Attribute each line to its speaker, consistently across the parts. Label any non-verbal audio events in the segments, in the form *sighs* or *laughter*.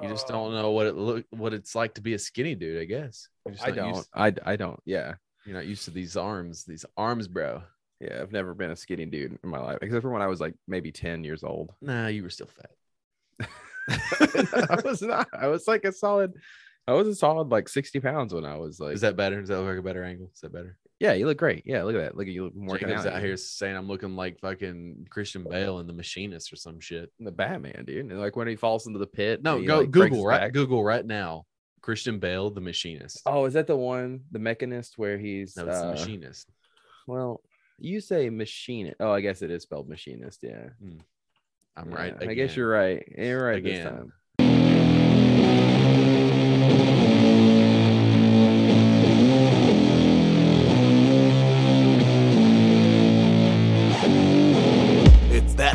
Speaker 1: You just
Speaker 2: Um,
Speaker 1: don't know what it look what it's like to be a skinny dude, I guess. You're just
Speaker 2: I
Speaker 1: not
Speaker 2: don't.
Speaker 1: used-
Speaker 2: I I don't. Yeah.
Speaker 1: you're not used to these arms, these arms, bro.
Speaker 2: Yeah. I've never been a skinny dude in my life, except for when I was like maybe 10 years old. *laughs*
Speaker 1: Nah, you were still fat.
Speaker 2: I was not. I was like a solid. I was a solid like 60 pounds when I was like.
Speaker 1: Is that better? Is that like a better angle? Is that better?
Speaker 2: yeah, you look great. Yeah, look at that. Look at you look more
Speaker 1: Jacob's
Speaker 2: out,
Speaker 1: out here
Speaker 2: here.
Speaker 1: saying I'm looking like fucking Christian Bale in The Machinist or some shit.
Speaker 2: The Batman, dude. And like when he falls into the pit.
Speaker 1: No,
Speaker 2: and he,
Speaker 1: go
Speaker 2: like, breaks
Speaker 1: Google
Speaker 2: his
Speaker 1: right.
Speaker 2: back.
Speaker 1: Google right now. Christian Bale, The Machinist.
Speaker 2: Oh, is that the one, the mechanist, where he's?
Speaker 1: No, it's The
Speaker 2: uh,
Speaker 1: Machinist.
Speaker 2: Well, you say machinist. Oh, I guess it is spelled machinist. Yeah,
Speaker 1: I'm
Speaker 2: Yeah,
Speaker 1: right.
Speaker 2: I guess
Speaker 1: again.
Speaker 2: you're right. You're right this
Speaker 1: Again.
Speaker 2: time.
Speaker 3: It's that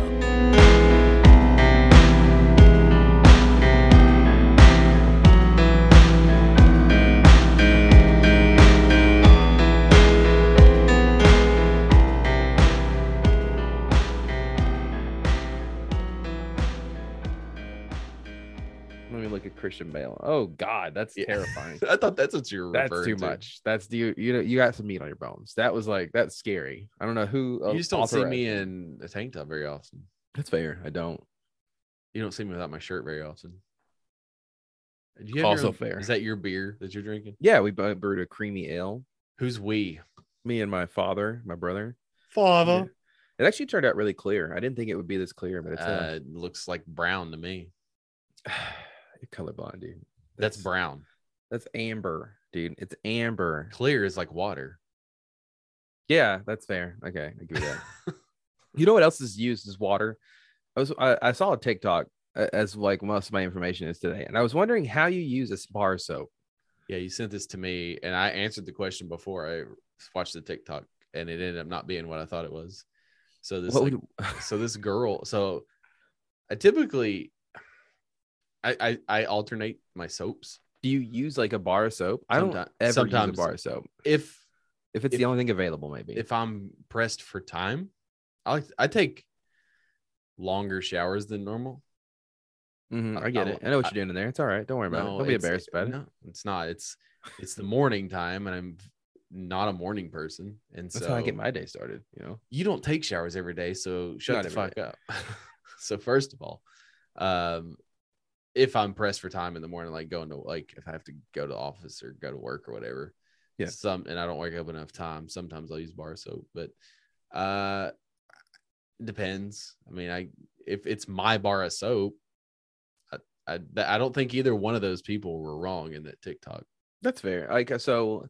Speaker 2: Let me look at Christian Bale. Oh God, that's *laughs*
Speaker 1: Yeah.
Speaker 2: terrifying.
Speaker 1: *laughs* I thought that's what you were
Speaker 2: that's
Speaker 1: referring
Speaker 2: too
Speaker 1: to.
Speaker 2: much. That's you. You know, you got some meat on your bones. That was like that's scary. I don't know who. uh,
Speaker 1: You just don't see
Speaker 2: authorized
Speaker 1: me
Speaker 2: it.
Speaker 1: in a tank top very often.
Speaker 2: That's fair. I don't.
Speaker 1: You don't see me without my shirt very often. Do you
Speaker 2: Also
Speaker 1: your own-
Speaker 2: fair.
Speaker 1: Is that your beer that you're drinking?
Speaker 2: Yeah, we bu- brewed a creamy ale.
Speaker 1: Who's we?
Speaker 2: Me and my father, my brother.
Speaker 1: Father.
Speaker 2: It actually turned out really clear. I didn't think it would be this clear, but it's uh,
Speaker 1: Uh, it looks like brown to me.
Speaker 2: *sighs* you're colorblind, dude.
Speaker 1: Uh, That's brown.
Speaker 2: That's amber, dude. It's amber.
Speaker 1: Clear is like water.
Speaker 2: Yeah, that's fair. Okay, I give you that.
Speaker 1: *laughs*
Speaker 2: you know what else is used is water. I was I, I saw a TikTok uh, as like most of my information is today, and I was wondering how you use a bar soap.
Speaker 1: Yeah, you sent this to me, and I answered the question before I watched the TikTok, and it ended up not being what I thought it was. So this,
Speaker 2: What
Speaker 1: like,
Speaker 2: would-
Speaker 1: so this girl, so I typically, I I, I alternate my soaps.
Speaker 2: do you use like a bar soap? I don't
Speaker 1: Someti-
Speaker 2: ever use
Speaker 1: sometimes.
Speaker 2: a bar soap
Speaker 1: If
Speaker 2: if it's
Speaker 1: If-
Speaker 2: the only thing available. Maybe
Speaker 1: if I'm pressed for time, I like I take longer showers than normal.
Speaker 2: Mhm,
Speaker 1: I-
Speaker 2: I get
Speaker 1: I'll-
Speaker 2: it. I know what
Speaker 1: I-
Speaker 2: you're doing in there. It's all right. Don't worry about it. Don't be
Speaker 1: it's-
Speaker 2: embarrassed about it.
Speaker 1: No, it's not. It's it's the morning time, and I'm not a morning person, and
Speaker 2: That's
Speaker 1: so
Speaker 2: how I get my day started. You know,
Speaker 1: you don't take showers every day, so shut
Speaker 2: Not
Speaker 1: the
Speaker 2: every
Speaker 1: fuck up. *laughs* so first of all, um, if I'm pressed for time in the morning, like going to like if I have to go to the office or go to work or whatever,
Speaker 2: Yeah.
Speaker 1: Some and I don't wake up enough time. Sometimes I'll use bar soap, but uh, depends. I mean, I if it's my bar of soap, I I, I don't think either one of those people were wrong in that TikTok.
Speaker 2: that's fair. Like uh, so,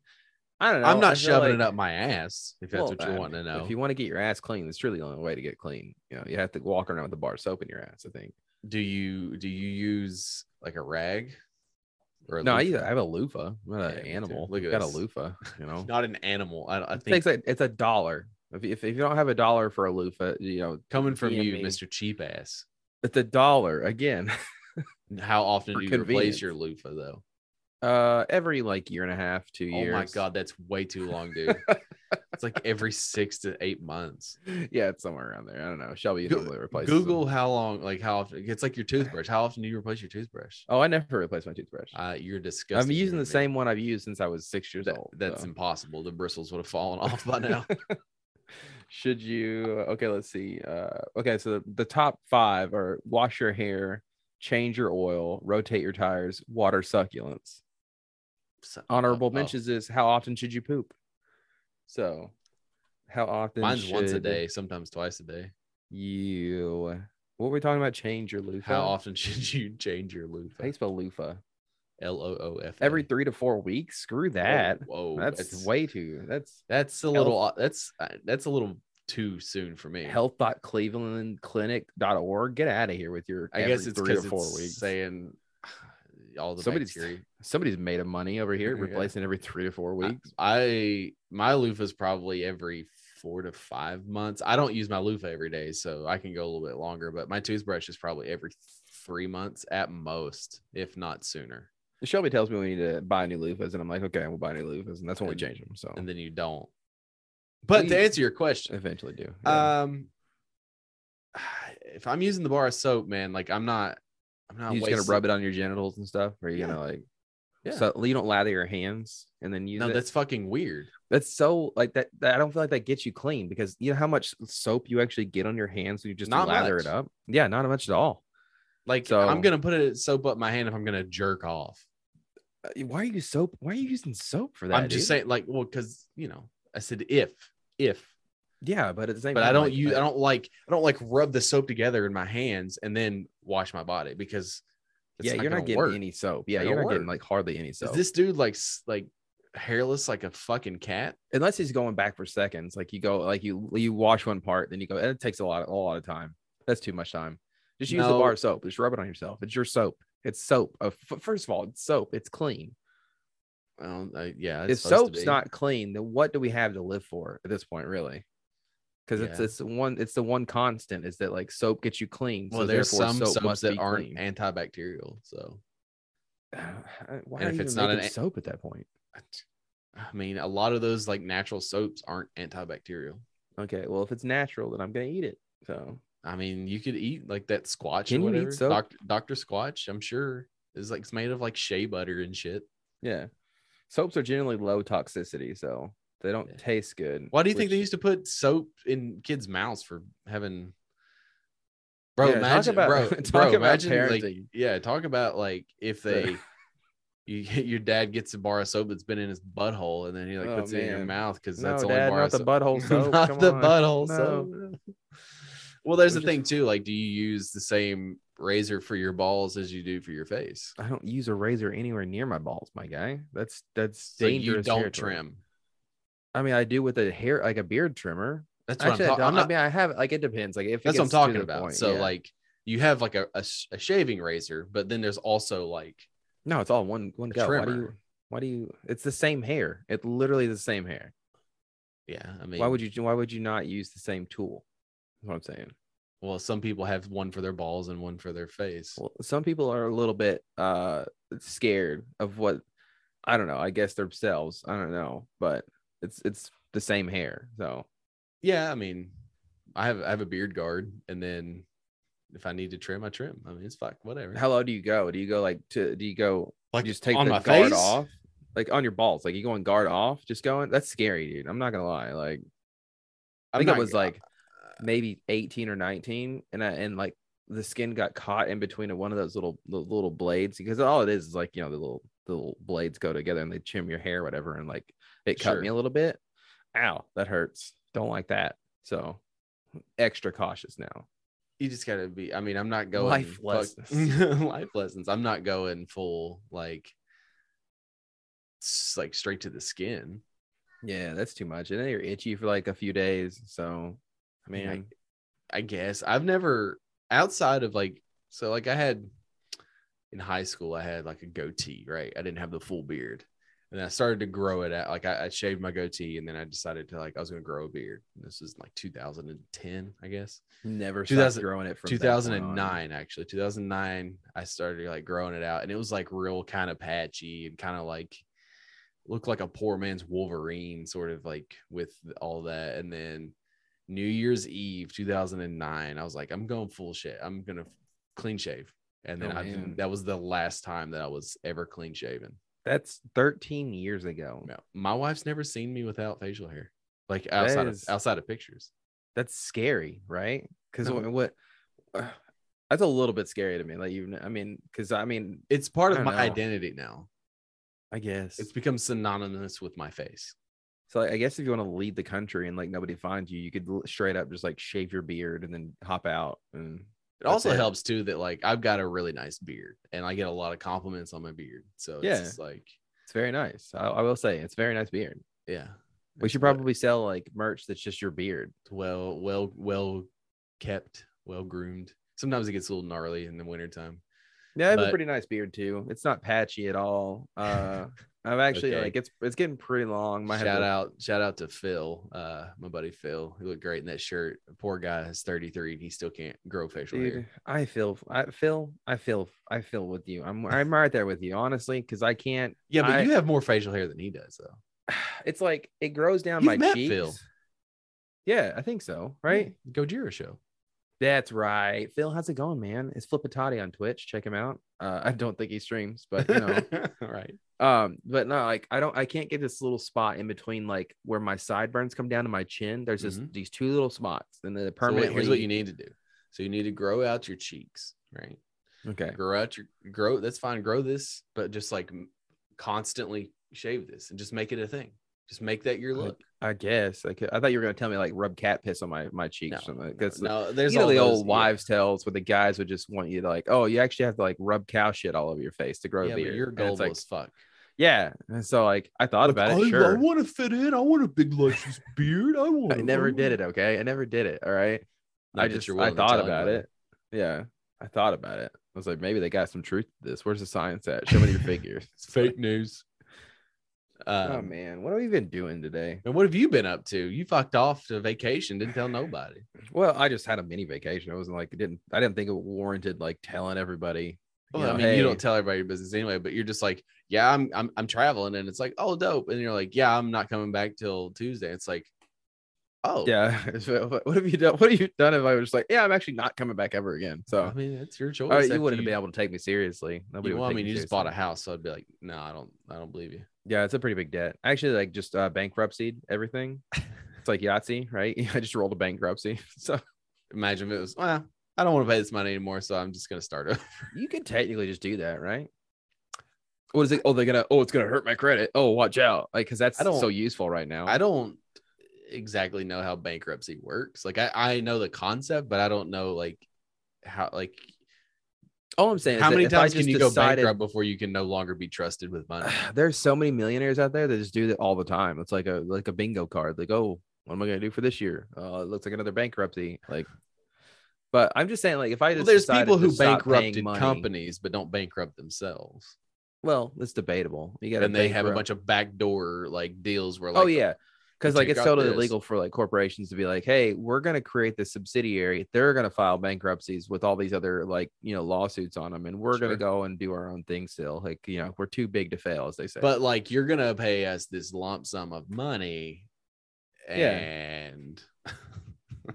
Speaker 2: I don't know.
Speaker 1: I'm
Speaker 2: I
Speaker 1: not
Speaker 2: feel
Speaker 1: shoving
Speaker 2: like-
Speaker 1: it up my ass if that's
Speaker 2: Well,
Speaker 1: what
Speaker 2: I
Speaker 1: you're
Speaker 2: mean,
Speaker 1: wanting to know.
Speaker 2: If you want to get your ass clean, that's truly the only way to get clean. You know, you have to walk around with a bar of soap in your ass. I think.
Speaker 1: do you do you use like a rag or a
Speaker 2: No, I,
Speaker 1: loofah?
Speaker 2: I have a loofah. I'm not
Speaker 1: Yeah,
Speaker 2: an
Speaker 1: me too.
Speaker 2: animal.
Speaker 1: Look at
Speaker 2: got
Speaker 1: this.
Speaker 2: a loofah. You *laughs* know,
Speaker 1: not an animal i, I
Speaker 2: it
Speaker 1: think
Speaker 2: takes like it's a dollar. If, if, if you don't have a dollar for a loofah, you know,
Speaker 1: coming from
Speaker 2: DM
Speaker 1: you
Speaker 2: me.
Speaker 1: mr cheap ass
Speaker 2: it's a dollar again.
Speaker 1: how often
Speaker 2: For
Speaker 1: do you replace your loofah though
Speaker 2: Uh, every like year and a half, two years.
Speaker 1: oh my god that's way too long dude it's like every six to eight months
Speaker 2: *laughs* Yeah, it's somewhere around there. I don't know. Shelby
Speaker 1: Go-
Speaker 2: normally replaces them.
Speaker 1: google how long like how often it's like your toothbrush how often do you replace your toothbrush
Speaker 2: Oh, I never replace my toothbrush.
Speaker 1: uh you're disgusting
Speaker 2: I'm
Speaker 1: you
Speaker 2: using
Speaker 1: and
Speaker 2: the
Speaker 1: me.
Speaker 2: same one I've used since I was six years
Speaker 1: That-
Speaker 2: old.
Speaker 1: that's
Speaker 2: so.
Speaker 1: impossible the bristles would have fallen *laughs* off by
Speaker 2: *laughs*
Speaker 1: now
Speaker 2: should you okay let's see uh okay so the, the top five are wash your hair change your oil rotate your tires water succulents
Speaker 1: So-
Speaker 2: honorable
Speaker 1: oh, oh.
Speaker 2: mentions is how often should you poop so how often
Speaker 1: mine's once a
Speaker 2: should
Speaker 1: day sometimes twice a day
Speaker 2: you what were we talking about change your loofah
Speaker 1: how often *laughs* should you change your
Speaker 2: how you
Speaker 1: loofah?
Speaker 2: spell loofah
Speaker 1: L O O F.
Speaker 2: every three to four weeks screw
Speaker 1: Oh,
Speaker 2: that
Speaker 1: Whoa,
Speaker 2: that's, way too that's
Speaker 1: That's a little. That's uh, that's a little too soon for me.
Speaker 2: health.clevelandclinic.org get out of here with your
Speaker 1: I guess
Speaker 2: every
Speaker 1: it's
Speaker 2: three
Speaker 1: because
Speaker 2: to four
Speaker 1: it's
Speaker 2: weeks
Speaker 1: saying all the
Speaker 2: Somebody's-
Speaker 1: bacteria.
Speaker 2: somebody's made of money over here
Speaker 1: Yeah.
Speaker 2: replacing every three to four weeks
Speaker 1: I my loofah's probably every four to five months. I don't use my loofah every day, so I can go a little bit longer, but my toothbrush is probably every three months at most, if not sooner.
Speaker 2: Shelby tells me we need to buy new loofahs, and I'm like, okay, we'll buy new loofahs, and that's when we change them. So
Speaker 1: And then you don't. But to
Speaker 2: Oh. Please.
Speaker 1: answer your question,
Speaker 2: eventually do. *laughs* Yeah.
Speaker 1: um *sighs* if I'm using the bar of soap, man, like I'm not I'm not
Speaker 2: you just gonna
Speaker 1: wasting-
Speaker 2: rub it on your genitals and stuff, or you
Speaker 1: Yeah.
Speaker 2: gonna like,
Speaker 1: Yeah.
Speaker 2: so you don't lather your hands and then use
Speaker 1: No,
Speaker 2: it?
Speaker 1: that's fucking weird.
Speaker 2: that's so like that, that- I don't feel like that gets you clean because you know how much soap you actually get on your hands when you just
Speaker 1: Not
Speaker 2: lather
Speaker 1: much.
Speaker 2: it up. Yeah, not much at all.
Speaker 1: Like
Speaker 2: So-
Speaker 1: I'm gonna put it soap up my hand if I'm gonna jerk off.
Speaker 2: Uh, Why are you soap? Why are you using soap for that?
Speaker 1: I'm just
Speaker 2: dude?
Speaker 1: saying, like, well, because you know, I said if if,
Speaker 2: Yeah, but at the same
Speaker 1: but
Speaker 2: time,
Speaker 1: I don't
Speaker 2: like,
Speaker 1: use,
Speaker 2: uh,
Speaker 1: I don't like, I don't like rub the soap together in my hands and then wash my body because that's
Speaker 2: Yeah, you're not
Speaker 1: gonna
Speaker 2: getting
Speaker 1: work.
Speaker 2: any soap. Yeah,
Speaker 1: Not
Speaker 2: you're
Speaker 1: gonna
Speaker 2: not getting
Speaker 1: work.
Speaker 2: like hardly any soap.
Speaker 1: Is this dude like s- like hairless like a fucking cat?
Speaker 2: unless he's going back for seconds. Like you go, like you you wash one part, then you go. It takes a lot, a lot of time. That's too much time. Just use the
Speaker 1: No.
Speaker 2: bar of soap. Just rub it on yourself. It's your soap. It's soap. Uh, f- first of all, it's soap. It's clean.
Speaker 1: I don't. I, yeah,
Speaker 2: if
Speaker 1: it's supposed to
Speaker 2: soap's
Speaker 1: be.
Speaker 2: not clean, then what do we have to live for at this point, really? Because it's
Speaker 1: Yeah.
Speaker 2: it's the one it's the one constant is that like soap gets you clean.
Speaker 1: Well,
Speaker 2: so
Speaker 1: there's
Speaker 2: therefore
Speaker 1: some
Speaker 2: soap
Speaker 1: soaps
Speaker 2: must
Speaker 1: that
Speaker 2: be
Speaker 1: aren't
Speaker 2: Clean.
Speaker 1: antibacterial, so
Speaker 2: *sighs* Why
Speaker 1: and
Speaker 2: are
Speaker 1: if
Speaker 2: you
Speaker 1: it's
Speaker 2: even
Speaker 1: not an
Speaker 2: making
Speaker 1: a-
Speaker 2: soap at that point?
Speaker 1: I mean, a lot of those like natural soaps aren't antibacterial.
Speaker 2: Okay, well if it's natural, then I'm gonna eat it. So
Speaker 1: I mean, you could eat like that squatch
Speaker 2: Can
Speaker 1: or
Speaker 2: you eat
Speaker 1: whatever.
Speaker 2: soap?
Speaker 1: Doctor Doctor Squatch, I'm sure, is like it's made of like shea butter and shit.
Speaker 2: Yeah. Soaps are generally low toxicity, so they don't
Speaker 1: Yeah.
Speaker 2: taste good.
Speaker 1: Why do you think they
Speaker 2: which-
Speaker 1: used to put soap in kids' mouths for having? Bro,
Speaker 2: Yeah, talk
Speaker 1: imagine,
Speaker 2: about-
Speaker 1: bro,
Speaker 2: *laughs* talk
Speaker 1: bro,
Speaker 2: about
Speaker 1: imagine, like,
Speaker 2: parenting.
Speaker 1: yeah, talk about like
Speaker 2: *laughs*
Speaker 1: if they, you, *laughs* your dad gets a bar of soap that's been in his butthole, and then he like
Speaker 2: Oh,
Speaker 1: puts it in your
Speaker 2: man.
Speaker 1: mouth because
Speaker 2: No,
Speaker 1: that's the only
Speaker 2: Dad,
Speaker 1: bar
Speaker 2: not
Speaker 1: of
Speaker 2: the
Speaker 1: soap. *laughs*
Speaker 2: butthole soap.
Speaker 1: not
Speaker 2: come
Speaker 1: the
Speaker 2: on.
Speaker 1: butthole
Speaker 2: No.
Speaker 1: soap. Well, there's
Speaker 2: We
Speaker 1: the
Speaker 2: just-
Speaker 1: thing too. Like, do you use the same razor for your balls as you do for your face?
Speaker 2: I don't use a razor anywhere near my balls, my guy. That's that's
Speaker 1: So
Speaker 2: dangerous.
Speaker 1: you don't
Speaker 2: territory.
Speaker 1: trim.
Speaker 2: I mean, I do with a hair like a beard trimmer.
Speaker 1: That's what
Speaker 2: Actually,
Speaker 1: I'm,
Speaker 2: I'm,
Speaker 1: ta- I'm
Speaker 2: not,
Speaker 1: not.
Speaker 2: I mean, I have like it depends. Like if it
Speaker 1: that's what I'm
Speaker 2: gets to
Speaker 1: talking
Speaker 2: the
Speaker 1: about.
Speaker 2: point,
Speaker 1: so
Speaker 2: yeah.
Speaker 1: like you have like a, a, sh- a shaving razor, but then there's also like
Speaker 2: no, it's all one one
Speaker 1: a
Speaker 2: go. Why do
Speaker 1: trimmer.
Speaker 2: you? Why do you? It's the same hair. It's literally the same hair.
Speaker 1: yeah. I mean,
Speaker 2: why would you? Why would you not use the same tool? Is what I'm saying.
Speaker 1: Well, some people have one for their balls and one for their face.
Speaker 2: Well, some people are a little bit uh scared of what I don't know. I guess themselves. I don't know, but it's it's the same hair. So
Speaker 1: yeah, I mean, I have I have a beard guard, and then if I need to trim, I trim. I mean, it's fuck whatever.
Speaker 2: how low do you go? Do you go like to? Do you go?
Speaker 1: like
Speaker 2: you just take the guard off, like on your balls. Like you going guard off, just going. That's scary, dude. I'm not gonna lie. Like I
Speaker 1: I'm
Speaker 2: think
Speaker 1: not-
Speaker 2: I was like maybe 18 or 19, and I and like the skin got caught in between one of those little little, little blades because all it is is like you know the little the little blades go together and they trim your hair or whatever and like it cut me
Speaker 1: Sure.
Speaker 2: a little bit ow that hurts don't like that so extra cautious now
Speaker 1: you just gotta be. I mean, I'm not going
Speaker 2: Life
Speaker 1: fuck-
Speaker 2: lessons.
Speaker 1: *laughs* life lessons. I'm not going full like s- like straight to the skin.
Speaker 2: yeah that's too much and then you're itchy for like a few days so
Speaker 1: mean,
Speaker 2: man
Speaker 1: I- I guess I've never outside of like so like I had in high school I had like a goatee, right? I didn't have the full beard. And I started to grow it out. Like I, I shaved my goatee and then I decided to like I was gonna grow a beard. And this is like 2010, I guess.
Speaker 2: never
Speaker 1: 2000
Speaker 2: stopped growing it from that point on.
Speaker 1: 2009 actually 2009 i started like growing it out and it was like real kind of patchy and kind of like looked like a poor man's wolverine sort of like with all that and then new year's eve 2009 i was like i'm going full shit i'm gonna clean shave and then
Speaker 2: Oh,
Speaker 1: I didn't-
Speaker 2: man.
Speaker 1: that was the last time that i was ever clean shaven
Speaker 2: that's 13 years ago
Speaker 1: No, my wife's never seen me without facial hair like
Speaker 2: That
Speaker 1: outside of,
Speaker 2: is-
Speaker 1: outside of pictures
Speaker 2: that's scary, right? Because
Speaker 1: No.
Speaker 2: what, uh, that's a little bit scary to me. Like you, I mean, because I mean,
Speaker 1: it's part
Speaker 2: I
Speaker 1: of
Speaker 2: don't
Speaker 1: my
Speaker 2: know.
Speaker 1: identity now
Speaker 2: I guess
Speaker 1: it's become synonymous with my face
Speaker 2: so. Like, I guess if you want to lead the country and like nobody finds you, you could l- straight up just like shave your beard and then hop out. And
Speaker 1: It
Speaker 2: That's
Speaker 1: also
Speaker 2: it.
Speaker 1: helps too that like I've got a really nice beard and I get a lot of compliments on my beard. So it's
Speaker 2: Yeah.
Speaker 1: just like
Speaker 2: it's very nice. I, I will say it's a very nice beard.
Speaker 1: yeah.
Speaker 2: We
Speaker 1: It's
Speaker 2: should
Speaker 1: wel-
Speaker 2: probably sell like merch that's just your beard.
Speaker 1: well well well kept, well groomed. Sometimes it gets a little gnarly in the wintertime.
Speaker 2: Yeah, I have a
Speaker 1: But-
Speaker 2: pretty nice beard too. It's not patchy at all. *laughs* Uh, I'm actually
Speaker 1: Okay.
Speaker 2: like it's it's getting pretty long. My
Speaker 1: shout out, shout out to Phil, uh, my buddy Phil, who looked great in that shirt. Poor guy is 33 and he still can't grow facial
Speaker 2: dude.
Speaker 1: hair.
Speaker 2: I feel, I feel, I feel, I feel with you. I'm I'm right there with you, honestly, because I can't. *sighs*
Speaker 1: Yeah, but
Speaker 2: I-
Speaker 1: you have more facial hair than he does, though.
Speaker 2: It's like it grows down
Speaker 1: You've
Speaker 2: my
Speaker 1: met
Speaker 2: cheeks.
Speaker 1: Phil.
Speaker 2: Yeah, I think so. Right.
Speaker 1: Yeah, Gojira show.
Speaker 2: That's right. Phil, how's it going, man? It's Flippatati on Twitch. Check him out. Uh, *laughs* I don't think he streams, but
Speaker 1: *laughs*
Speaker 2: you know.
Speaker 1: all right.
Speaker 2: um but no like i don't i can't get this little spot in between like where my sideburns come down to my chin there's just
Speaker 1: Mhm.
Speaker 2: these two little spots and then
Speaker 1: So
Speaker 2: permanently
Speaker 1: here's what you need to do. So you need to grow out your cheeks, right?
Speaker 2: okay
Speaker 1: Grow out your grow. That's fine. Grow this, but just like m- constantly shave this and just make it a thing. Just make that your
Speaker 2: Like,
Speaker 1: look.
Speaker 2: i guess i could i thought you were gonna tell me like rub cat piss on my my cheeks
Speaker 1: No,
Speaker 2: or something like that's the-
Speaker 1: no, there's
Speaker 2: you know
Speaker 1: all
Speaker 2: the
Speaker 1: those-
Speaker 2: old
Speaker 1: yeah.
Speaker 2: wives tales where the guys would just want you to like oh you actually have to like rub cow shit all over your face to grow
Speaker 1: Yeah,
Speaker 2: a
Speaker 1: but
Speaker 2: beard
Speaker 1: you're
Speaker 2: And it's
Speaker 1: gullible
Speaker 2: like
Speaker 1: as fuck.
Speaker 2: yeah and so like i thought about it sure
Speaker 1: want to fit in. I want a
Speaker 2: *laughs*
Speaker 1: big luscious beard. I want.
Speaker 2: i never did it okay i never did it all right I just I thought about it. Yeah, I thought about it. I was like, maybe they got some truth to this. Where's the science at? Show me
Speaker 1: *laughs*
Speaker 2: your figures.
Speaker 1: It's fake news. Um,
Speaker 2: oh man, what are we even doing today?
Speaker 1: And what have you been up to? You fucked off to vacation. Didn't tell nobody.
Speaker 2: Well, I just had a mini vacation. I wasn't like, it didn't I didn't think it warranted like telling everybody. you
Speaker 1: Well, I
Speaker 2: know,
Speaker 1: mean, you
Speaker 2: hey,
Speaker 1: don't tell everybody your business anyway. But you're just like, yeah, I'm, I'm, I'm traveling, and it's like, oh, dope. And you're like, yeah, I'm not coming back till Tuesday. It's like, oh,
Speaker 2: Yeah. *laughs* So, what what have you done? What have you done if I was just like, yeah, I'm actually not coming back ever again?
Speaker 1: I
Speaker 2: So
Speaker 1: mean, it's your choice.
Speaker 2: oh,
Speaker 1: after
Speaker 2: you wouldn't have been able to take me seriously. Nobody
Speaker 1: you-
Speaker 2: would
Speaker 1: well, I
Speaker 2: take
Speaker 1: mean,
Speaker 2: me
Speaker 1: you just
Speaker 2: seriously.
Speaker 1: bought a house, so I'd be like, no, I don't, I don't believe you.
Speaker 2: Yeah, it's a pretty big debt. Actually, like just uh, bankruptcy *laughs* everything. it's like Yahtzee, right? *laughs* I just rolled a bankruptcy. *laughs* So
Speaker 1: Imagine if it was, well, I don't want to pay this money anymore, so I'm just gonna start over. *laughs*
Speaker 2: You could technically just do that, right? What is it? Oh, they're gonna. Oh, it's gonna hurt my credit. Oh, watch out! Like, cause that's
Speaker 1: I don't-
Speaker 2: so useful right now.
Speaker 1: I don't exactly know how bankruptcy works. Like, I, I know the concept, but I don't know like how, like,
Speaker 2: All I'm saying is
Speaker 1: how
Speaker 2: that
Speaker 1: many
Speaker 2: if I
Speaker 1: times can
Speaker 2: just
Speaker 1: you
Speaker 2: decided-
Speaker 1: go bankrupt before you can no longer be trusted with
Speaker 2: *sighs*
Speaker 1: money?
Speaker 2: There's so many millionaires out there that just do that all the time. It's like a like a bingo card. Like, oh, what am I gonna do for this year? Uh, it looks like another bankruptcy. Like, but I'm just saying, like, if I
Speaker 1: Well,
Speaker 2: just
Speaker 1: there's
Speaker 2: decided
Speaker 1: people
Speaker 2: to
Speaker 1: who
Speaker 2: stop paying
Speaker 1: bankrupted
Speaker 2: money-
Speaker 1: companies but don't bankrupt themselves,
Speaker 2: well, it's debatable. You got
Speaker 1: and they have a bunch of backdoor like deals where like
Speaker 2: oh yeah because like
Speaker 1: take
Speaker 2: it's
Speaker 1: out
Speaker 2: totally
Speaker 1: this.
Speaker 2: illegal for like corporations to be like hey we're going to create this subsidiary they're going to file bankruptcies with all these other like you know lawsuits on them and we're going
Speaker 1: Sure.
Speaker 2: to go and do our own thing still like you know we're too big to fail as they say
Speaker 1: but like you're gonna pay us this lump sum of money,
Speaker 2: Yeah.
Speaker 1: and *laughs*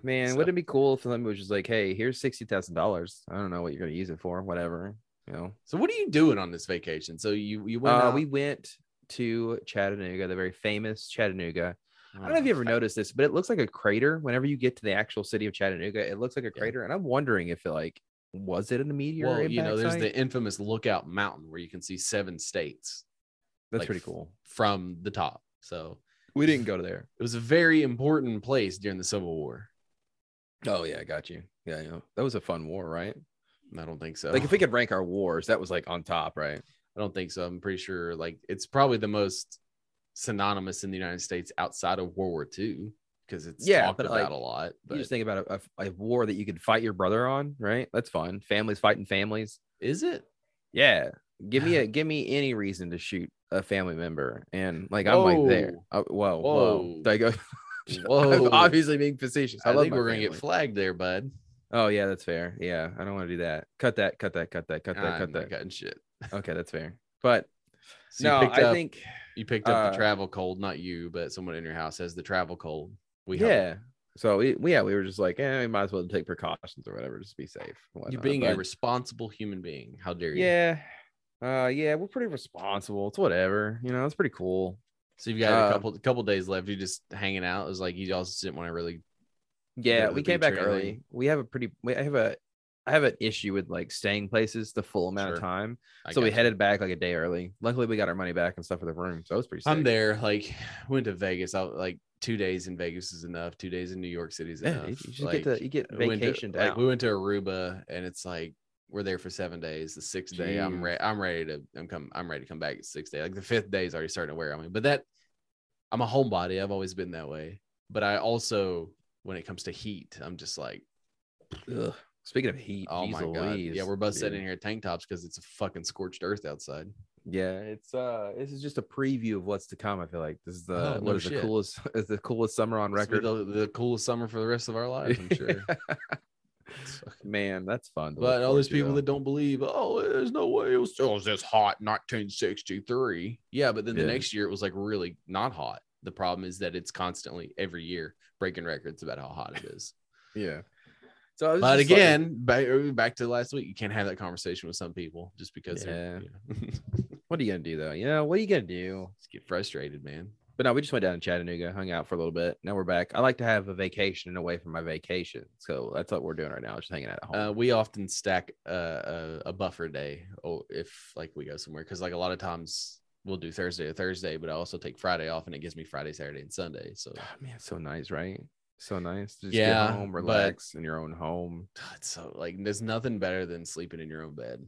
Speaker 2: man
Speaker 1: so-
Speaker 2: wouldn't it be cool if them was just like hey here's $60000 i don't know what you're going to use it for whatever you know
Speaker 1: so what are you doing on this vacation? So you you went
Speaker 2: uh,
Speaker 1: out-
Speaker 2: we went to chattanooga the very famous chattanooga
Speaker 1: Oh,
Speaker 2: I don't know if you ever
Speaker 1: fa-
Speaker 2: noticed this, but it looks like a crater. Whenever you get to the actual city of Chattanooga, it looks like a
Speaker 1: Yeah.
Speaker 2: crater. And I'm wondering if it like was it in a meteor?
Speaker 1: Well, you
Speaker 2: impact
Speaker 1: know, there's
Speaker 2: site?
Speaker 1: the infamous Lookout Mountain where you can see seven states
Speaker 2: that's
Speaker 1: like,
Speaker 2: pretty cool.
Speaker 1: from the top. So
Speaker 2: We didn't go to there.
Speaker 1: it was a very important place during the Civil War.
Speaker 2: Oh yeah, I got you. Yeah, you know, that was a fun war, right?
Speaker 1: I don't think so.
Speaker 2: Like if we could rank our wars, that was like on top, right?
Speaker 1: I don't think so. I'm pretty sure like it's probably the most synonymous in the United States outside of World War II because it's
Speaker 2: Yeah,
Speaker 1: talked
Speaker 2: but,
Speaker 1: about
Speaker 2: like,
Speaker 1: a lot.
Speaker 2: you
Speaker 1: But
Speaker 2: just think about a, a, a war that you could fight your brother on, right? That's fun. Families fighting families.
Speaker 1: is it?
Speaker 2: Yeah.
Speaker 1: *sighs*
Speaker 2: Give me a give me any reason to shoot a family member, and like I'm like there. Uh, whoa, whoa,
Speaker 1: Whoa.
Speaker 2: Like, *laughs* uh,
Speaker 1: Whoa.
Speaker 2: I'm obviously being facetious. I,
Speaker 1: I,
Speaker 2: love
Speaker 1: think
Speaker 2: my
Speaker 1: we're gonna get
Speaker 2: family.
Speaker 1: flagged there, bud.
Speaker 2: Oh yeah, that's fair. Yeah, I don't want to do that. Cut that. Cut that. Cut that. Cut that.
Speaker 1: I'm
Speaker 2: Cut
Speaker 1: not *laughs*
Speaker 2: that.
Speaker 1: cutting shit.
Speaker 2: Okay, that's fair. But
Speaker 1: So
Speaker 2: no,
Speaker 1: you picked
Speaker 2: I
Speaker 1: up
Speaker 2: think
Speaker 1: you picked up
Speaker 2: uh,
Speaker 1: the travel cold, not you, but someone in your house has the travel cold. We hope.
Speaker 2: yeah. So we, we- yeah, we were just like, eh, we might as well take precautions or whatever, just be safe. and
Speaker 1: You're
Speaker 2: whatnot,
Speaker 1: being a
Speaker 2: but-
Speaker 1: responsible human being. How dare you?
Speaker 2: yeah, uh, yeah, we're pretty responsible. It's whatever, you know. It's pretty cool.
Speaker 1: So you've got
Speaker 2: Uh,
Speaker 1: a couple couple days left. You just hanging out. It was like you also didn't want to really.
Speaker 2: Yeah,
Speaker 1: to
Speaker 2: we
Speaker 1: the
Speaker 2: came
Speaker 1: beach
Speaker 2: back
Speaker 1: or
Speaker 2: early.
Speaker 1: anything.
Speaker 2: We have a pretty. We I have a. I have an issue with like staying places the full amount
Speaker 1: Sure.
Speaker 2: of time,
Speaker 1: I
Speaker 2: so we
Speaker 1: gotcha.
Speaker 2: headed back like a day early. Luckily, we got our money back and stuff for the room, so it was pretty. Sick.
Speaker 1: I'm there. Like *sighs* went to Vegas. I like two days in Vegas is enough. Two days in New York City is
Speaker 2: Yeah,
Speaker 1: enough.
Speaker 2: you just
Speaker 1: like,
Speaker 2: get to you get
Speaker 1: we went to-
Speaker 2: vacationed
Speaker 1: like
Speaker 2: out.
Speaker 1: we went to Aruba, and it's like we're there for seven days. The sixth day, I'm
Speaker 2: Jeez.
Speaker 1: ready. I'm ready to. I'm come. I'm ready to come back at sixth day. Like the fifth day is already starting to wear on me. But that I'm a homebody. I've always been that way. But I also, when it comes to heat, I'm just like
Speaker 2: Ugh. Speaking of heat,
Speaker 1: Oh
Speaker 2: geez
Speaker 1: my god.
Speaker 2: Louise,
Speaker 1: yeah, we're both
Speaker 2: dude.
Speaker 1: sitting here in tank tops because it's a fucking scorched earth outside.
Speaker 2: Yeah, it's uh, this is just a preview of what's to come. I feel like this is
Speaker 1: Oh,
Speaker 2: the what is
Speaker 1: no
Speaker 2: the
Speaker 1: shit.
Speaker 2: coolest *laughs* is the coolest summer on
Speaker 1: This will
Speaker 2: record.
Speaker 1: be the, the coolest summer for the rest of our lives,
Speaker 2: *laughs*
Speaker 1: I'm sure.
Speaker 2: Man, that's fun. to look
Speaker 1: but all
Speaker 2: forward
Speaker 1: those
Speaker 2: to,
Speaker 1: people
Speaker 2: though.
Speaker 1: that don't believe, oh, there's no way it was, oh, it was this hot in 1963. Yeah, but then the
Speaker 2: Yeah.
Speaker 1: next year it was like really not hot. The problem is that it's constantly every year breaking records about how hot it is.
Speaker 2: yeah. So, I was
Speaker 1: but
Speaker 2: just like-
Speaker 1: again, back, back to last week, you can't have that conversation with some people just because they're you know,
Speaker 2: what are you gonna do though? You know, what are you gonna do?
Speaker 1: just get frustrated, man.
Speaker 2: But no, we just went down to Chattanooga, hung out for a little bit. Now we're back. I like to have a vacation and away from my vacation, so that's what we're doing right now. Just hanging out at home.
Speaker 1: Uh, we often stack uh, a, a buffer day or if like we go somewhere because like a lot of times we'll do Thursday or Thursday, but I also take Friday off and it gives me Friday, Saturday, and Sunday. So
Speaker 2: man, it's so nice, right? So nice. to Just
Speaker 1: Yeah,
Speaker 2: get home,
Speaker 1: but-
Speaker 2: relax in your own home,
Speaker 1: God, so like there's nothing better than sleeping in your own bed.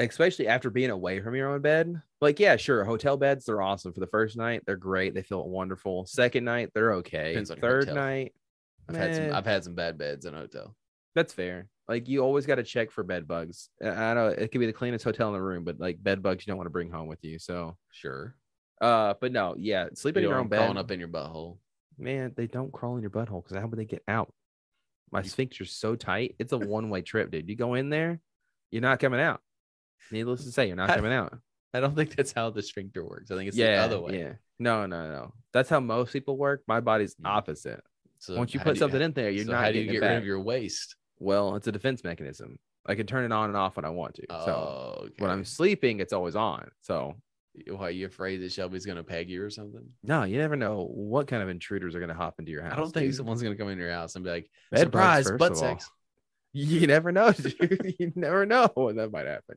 Speaker 2: especially after being away from your own bed. Like, yeah, sure, hotel beds they're awesome for the first night. They're great. They feel wonderful. Second night they're okay.
Speaker 1: Depends on your
Speaker 2: Third
Speaker 1: hotel.
Speaker 2: night,
Speaker 1: I've had some
Speaker 2: meh.
Speaker 1: I've had some bad beds in a hotel.
Speaker 2: That's fair. Like you always got to check for bed bugs. I- I know it could be the cleanest hotel in the room, but like bed bugs you don't want to bring home with you. So,
Speaker 1: Sure.
Speaker 2: uh, but no, yeah, sleeping in your own bed.
Speaker 1: crawling up in your butthole.
Speaker 2: Man, they don't crawl in your butthole because how would they get out? My sphincter's so tight. It's a one way trip, dude. You go in there, you're not coming out. Needless to say,
Speaker 1: *laughs*
Speaker 2: you're not
Speaker 1: I-
Speaker 2: coming out.
Speaker 1: I don't think that's how the sphincter works. I think it's
Speaker 2: yeah,
Speaker 1: the other way.
Speaker 2: yeah. No, no, no. That's how most people work. My body's
Speaker 1: Mm.
Speaker 2: opposite.
Speaker 1: So
Speaker 2: Once you
Speaker 1: how
Speaker 2: put
Speaker 1: do
Speaker 2: something in there, you're
Speaker 1: so
Speaker 2: not
Speaker 1: how do you get
Speaker 2: getting it back.
Speaker 1: rid of your waste?
Speaker 2: Well, it's a defense mechanism. I can turn it on and off when I want to.
Speaker 1: Oh,
Speaker 2: so
Speaker 1: okay.
Speaker 2: when I'm sleeping, it's always on. So
Speaker 1: Why are you afraid that Shelby's gonna peg you or something?
Speaker 2: no, you never know what kind of intruders are gonna hop into your house.
Speaker 1: I don't think
Speaker 2: dude.
Speaker 1: someone's gonna come into your house and be like,
Speaker 2: Bed bugs,
Speaker 1: surprise,
Speaker 2: first
Speaker 1: butt
Speaker 2: of all.
Speaker 1: sex.
Speaker 2: You never know, *laughs* dude. you never know when that might happen.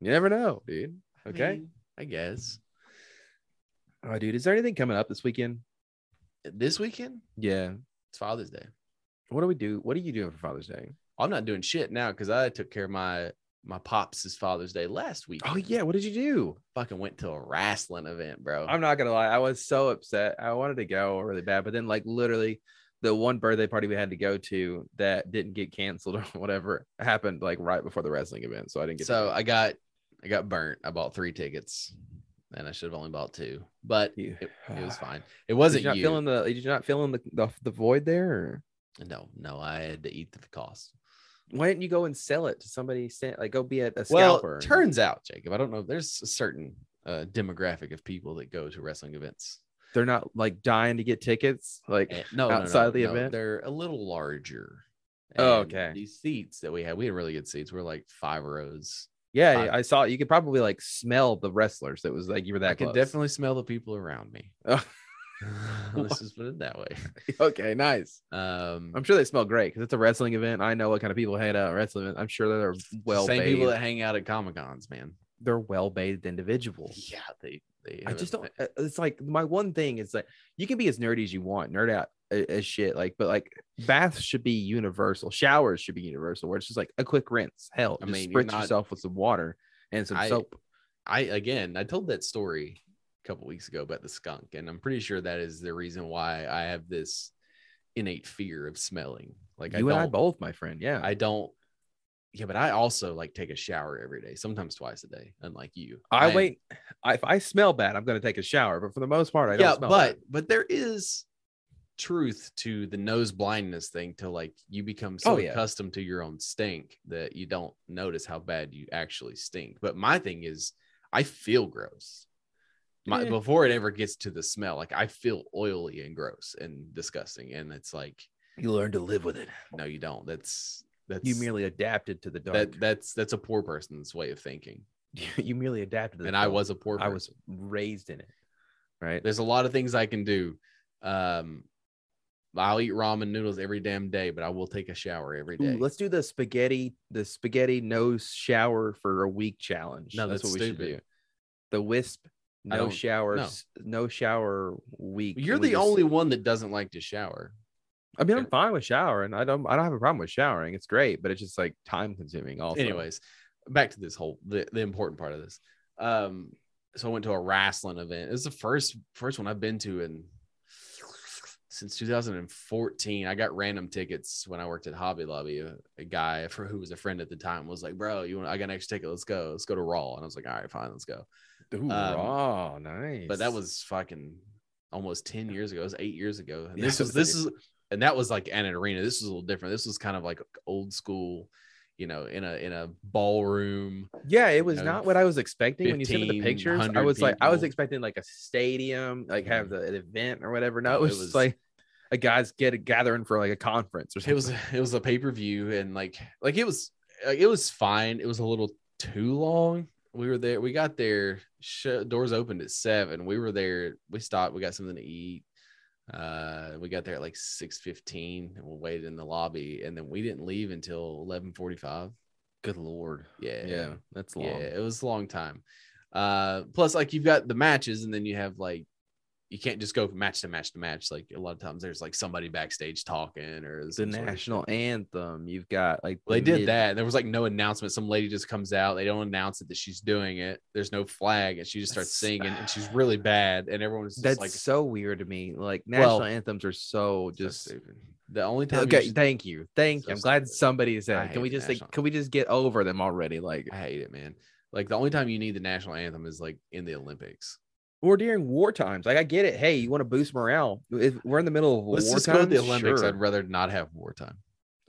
Speaker 2: You never know, dude.
Speaker 1: I
Speaker 2: Okay.
Speaker 1: mean, I guess
Speaker 2: Oh, dude, is there anything coming up this weekend?
Speaker 1: this weekend
Speaker 2: Yeah.
Speaker 1: it's Father's Day.
Speaker 2: What do we do? What are you doing for Father's Day?
Speaker 1: I'm not doing shit now because I took care of my my pops' Father's Day last week.
Speaker 2: Oh yeah, what did you do?
Speaker 1: fucking went to a wrestling event, bro.
Speaker 2: I'm not gonna lie, I was so upset. I wanted to go really bad, but then like literally the one birthday party we had to go to that didn't get canceled *laughs* or whatever happened like right before the wrestling event, so uh, I didn't get. to
Speaker 1: so
Speaker 2: go.
Speaker 1: I got I got burnt. I bought three tickets, and I should have only bought two, but
Speaker 2: You-
Speaker 1: it, it *sighs* was fine. It
Speaker 2: Was
Speaker 1: wasn't
Speaker 2: you not
Speaker 1: you.
Speaker 2: feeling the? Did you not feeling the, the the void there? Or?
Speaker 1: no, no, I had to eat the cost.
Speaker 2: Why didn't you go and sell it to somebody? Send, like go be a, a
Speaker 1: Well,
Speaker 2: scalper. and-
Speaker 1: turns out, Jacob, I don't know. There's a certain uh, demographic of people that go to wrestling events.
Speaker 2: they're not like dying to get tickets. Like
Speaker 1: Eh, No, no, no,
Speaker 2: Outside the
Speaker 1: no,
Speaker 2: event?
Speaker 1: they're a little larger.
Speaker 2: Oh,
Speaker 1: And
Speaker 2: okay.
Speaker 1: These seats that we had, we had really good seats. We are like five rows.
Speaker 2: yeah,
Speaker 1: I-
Speaker 2: I, saw it. you could probably like smell the wrestlers. That was like you were that.
Speaker 1: I could
Speaker 2: close.
Speaker 1: definitely smell the people around me. *laughs*
Speaker 2: Oh.
Speaker 1: Let's just put it that *laughs* way.
Speaker 2: *laughs* okay, nice.
Speaker 1: Um,
Speaker 2: I'm sure they smell great because it's a wrestling event. I know what kind of people hate out wrestling. Event. I'm sure they're well
Speaker 1: same
Speaker 2: bathed.
Speaker 1: people that hang out at comic cons, man.
Speaker 2: they're well bathed individuals.
Speaker 1: *laughs* Yeah, they. they
Speaker 2: I
Speaker 1: have
Speaker 2: just
Speaker 1: a-
Speaker 2: don't. uh, It's like my one thing is like you can be as nerdy as you want, nerd out a- as shit. Like, but like baths should be universal. Showers should be universal, where it's just like a quick rinse. Hell,
Speaker 1: I
Speaker 2: just
Speaker 1: mean, you're
Speaker 2: spritz
Speaker 1: not-
Speaker 2: yourself with some water and some
Speaker 1: I-
Speaker 2: soap.
Speaker 1: I again, I told that story a couple weeks ago about the skunk, and I'm pretty sure that is the reason why I have this innate fear of smelling. Like
Speaker 2: you and
Speaker 1: I
Speaker 2: I
Speaker 1: don't,
Speaker 2: both, my friend. Yeah,
Speaker 1: I don't. Yeah, but I also like take a shower every day, sometimes twice a day, unlike you.
Speaker 2: I,
Speaker 1: am-
Speaker 2: wait. I, if I smell bad, I'm gonna take a shower. But for the most part, I
Speaker 1: yeah,
Speaker 2: don't smell
Speaker 1: but
Speaker 2: bad.
Speaker 1: but there is truth to the nose blindness thing to like you become
Speaker 2: Oh,
Speaker 1: so
Speaker 2: yeah.
Speaker 1: accustomed to your own stink that you don't notice how bad you actually stink. But my thing is I feel gross. My,
Speaker 2: Eh.
Speaker 1: before it ever gets to the smell, like I feel oily and gross and disgusting. And it's like,
Speaker 2: you learn to live with it.
Speaker 1: no, you don't. That's that's
Speaker 2: You merely adapted to the dark.
Speaker 1: that that's that's a poor person's way of thinking.
Speaker 2: *laughs* you merely adapted. To the
Speaker 1: And I
Speaker 2: dark.
Speaker 1: was a poor
Speaker 2: I
Speaker 1: person.
Speaker 2: was raised in it. Right.
Speaker 1: There's a lot of things I can do. Um, I'll eat ramen noodles every damn day, but I will take a shower every
Speaker 2: Ooh,
Speaker 1: day.
Speaker 2: let's do the spaghetti, the spaghetti no shower for a week challenge.
Speaker 1: No,
Speaker 2: that's,
Speaker 1: that's
Speaker 2: what we should
Speaker 1: stupid.
Speaker 2: do. The wisp,
Speaker 1: I
Speaker 2: no
Speaker 1: don't-
Speaker 2: shower,
Speaker 1: no.
Speaker 2: s- no shower week.
Speaker 1: You're
Speaker 2: and we
Speaker 1: the
Speaker 2: just-
Speaker 1: only one that doesn't like to shower.
Speaker 2: I mean, I'm fine with showering. I don't. I don't have a problem with showering. It's great, but it's just like time consuming. Also,
Speaker 1: Anyways, back to this whole the, the important part of this. Um, so I went to a wrestling event. It was the first first one I've been to in since 2014. I got random tickets when I worked at Hobby Lobby. A, a guy for who was a friend at the time was like, "Bro, you want? I got an extra ticket. Let's go. Let's go to Raw." And I was like, "All right, fine, let's go."
Speaker 2: Ooh, raw, nice.
Speaker 1: But that was fucking almost 10 years ago. It was eight years ago. And
Speaker 2: Yeah,
Speaker 1: this
Speaker 2: I
Speaker 1: was
Speaker 2: was gonna
Speaker 1: this is and that was like at an arena. This was a little different. This was kind of like old school, you know, in a in a ballroom.
Speaker 2: yeah, it was
Speaker 1: know,
Speaker 2: not what I was expecting when you sent me the
Speaker 1: 15,
Speaker 2: pictures. I
Speaker 1: 100
Speaker 2: was like, I was
Speaker 1: people.
Speaker 2: expecting like a stadium, like have the an event or whatever. No,
Speaker 1: No,
Speaker 2: it
Speaker 1: it
Speaker 2: was, just
Speaker 1: was-
Speaker 2: like a guys get a gathering for like a conference or something.
Speaker 1: It was *laughs* it was a pay-per-view and like like it was like it was fine. It was a little too long. We were there. We got there. Sh- doors opened at seven. We were there. We stopped. We got something to eat. Uh, we got there at like six fifteen, and we waited in the lobby, and then we didn't leave until eleven forty-five.
Speaker 2: good lord.
Speaker 1: Yeah,
Speaker 2: Yeah, that's long.
Speaker 1: Yeah, it was a long time. Uh, plus, like you've got the matches, and then you have like you can't just go from match to match to match. Like a lot of times, there's like somebody backstage talking or
Speaker 2: The
Speaker 1: some sort of-
Speaker 2: national anthem. You've got like
Speaker 1: Well, they
Speaker 2: the
Speaker 1: did
Speaker 2: mid-
Speaker 1: that. and There was like no announcement. Some lady just comes out. They don't announce it that she's doing it. There's no flag, and she just starts
Speaker 2: That's-
Speaker 1: singing, and she's really bad. And everyone's just
Speaker 2: That's
Speaker 1: like,
Speaker 2: so weird to me. Like national
Speaker 1: Well,
Speaker 2: anthems are so
Speaker 1: so
Speaker 2: just
Speaker 1: stupid. The only time, you
Speaker 2: okay.
Speaker 1: should-
Speaker 2: Thank you, thank
Speaker 1: so
Speaker 2: you. I'm glad
Speaker 1: stupid.
Speaker 2: somebody
Speaker 1: I
Speaker 2: said. it.
Speaker 1: hate
Speaker 2: Can we
Speaker 1: the
Speaker 2: just like
Speaker 1: national
Speaker 2: can we just get over them already? Like
Speaker 1: I hate it, man. Like the only time you need the national anthem is like in the Olympics.
Speaker 2: or during war times. Like I get it. Hey, you want to boost morale? If we're in the middle of
Speaker 1: Let's
Speaker 2: war
Speaker 1: just
Speaker 2: times.
Speaker 1: go to the Olympics.
Speaker 2: sure.
Speaker 1: I'd rather not have wartime.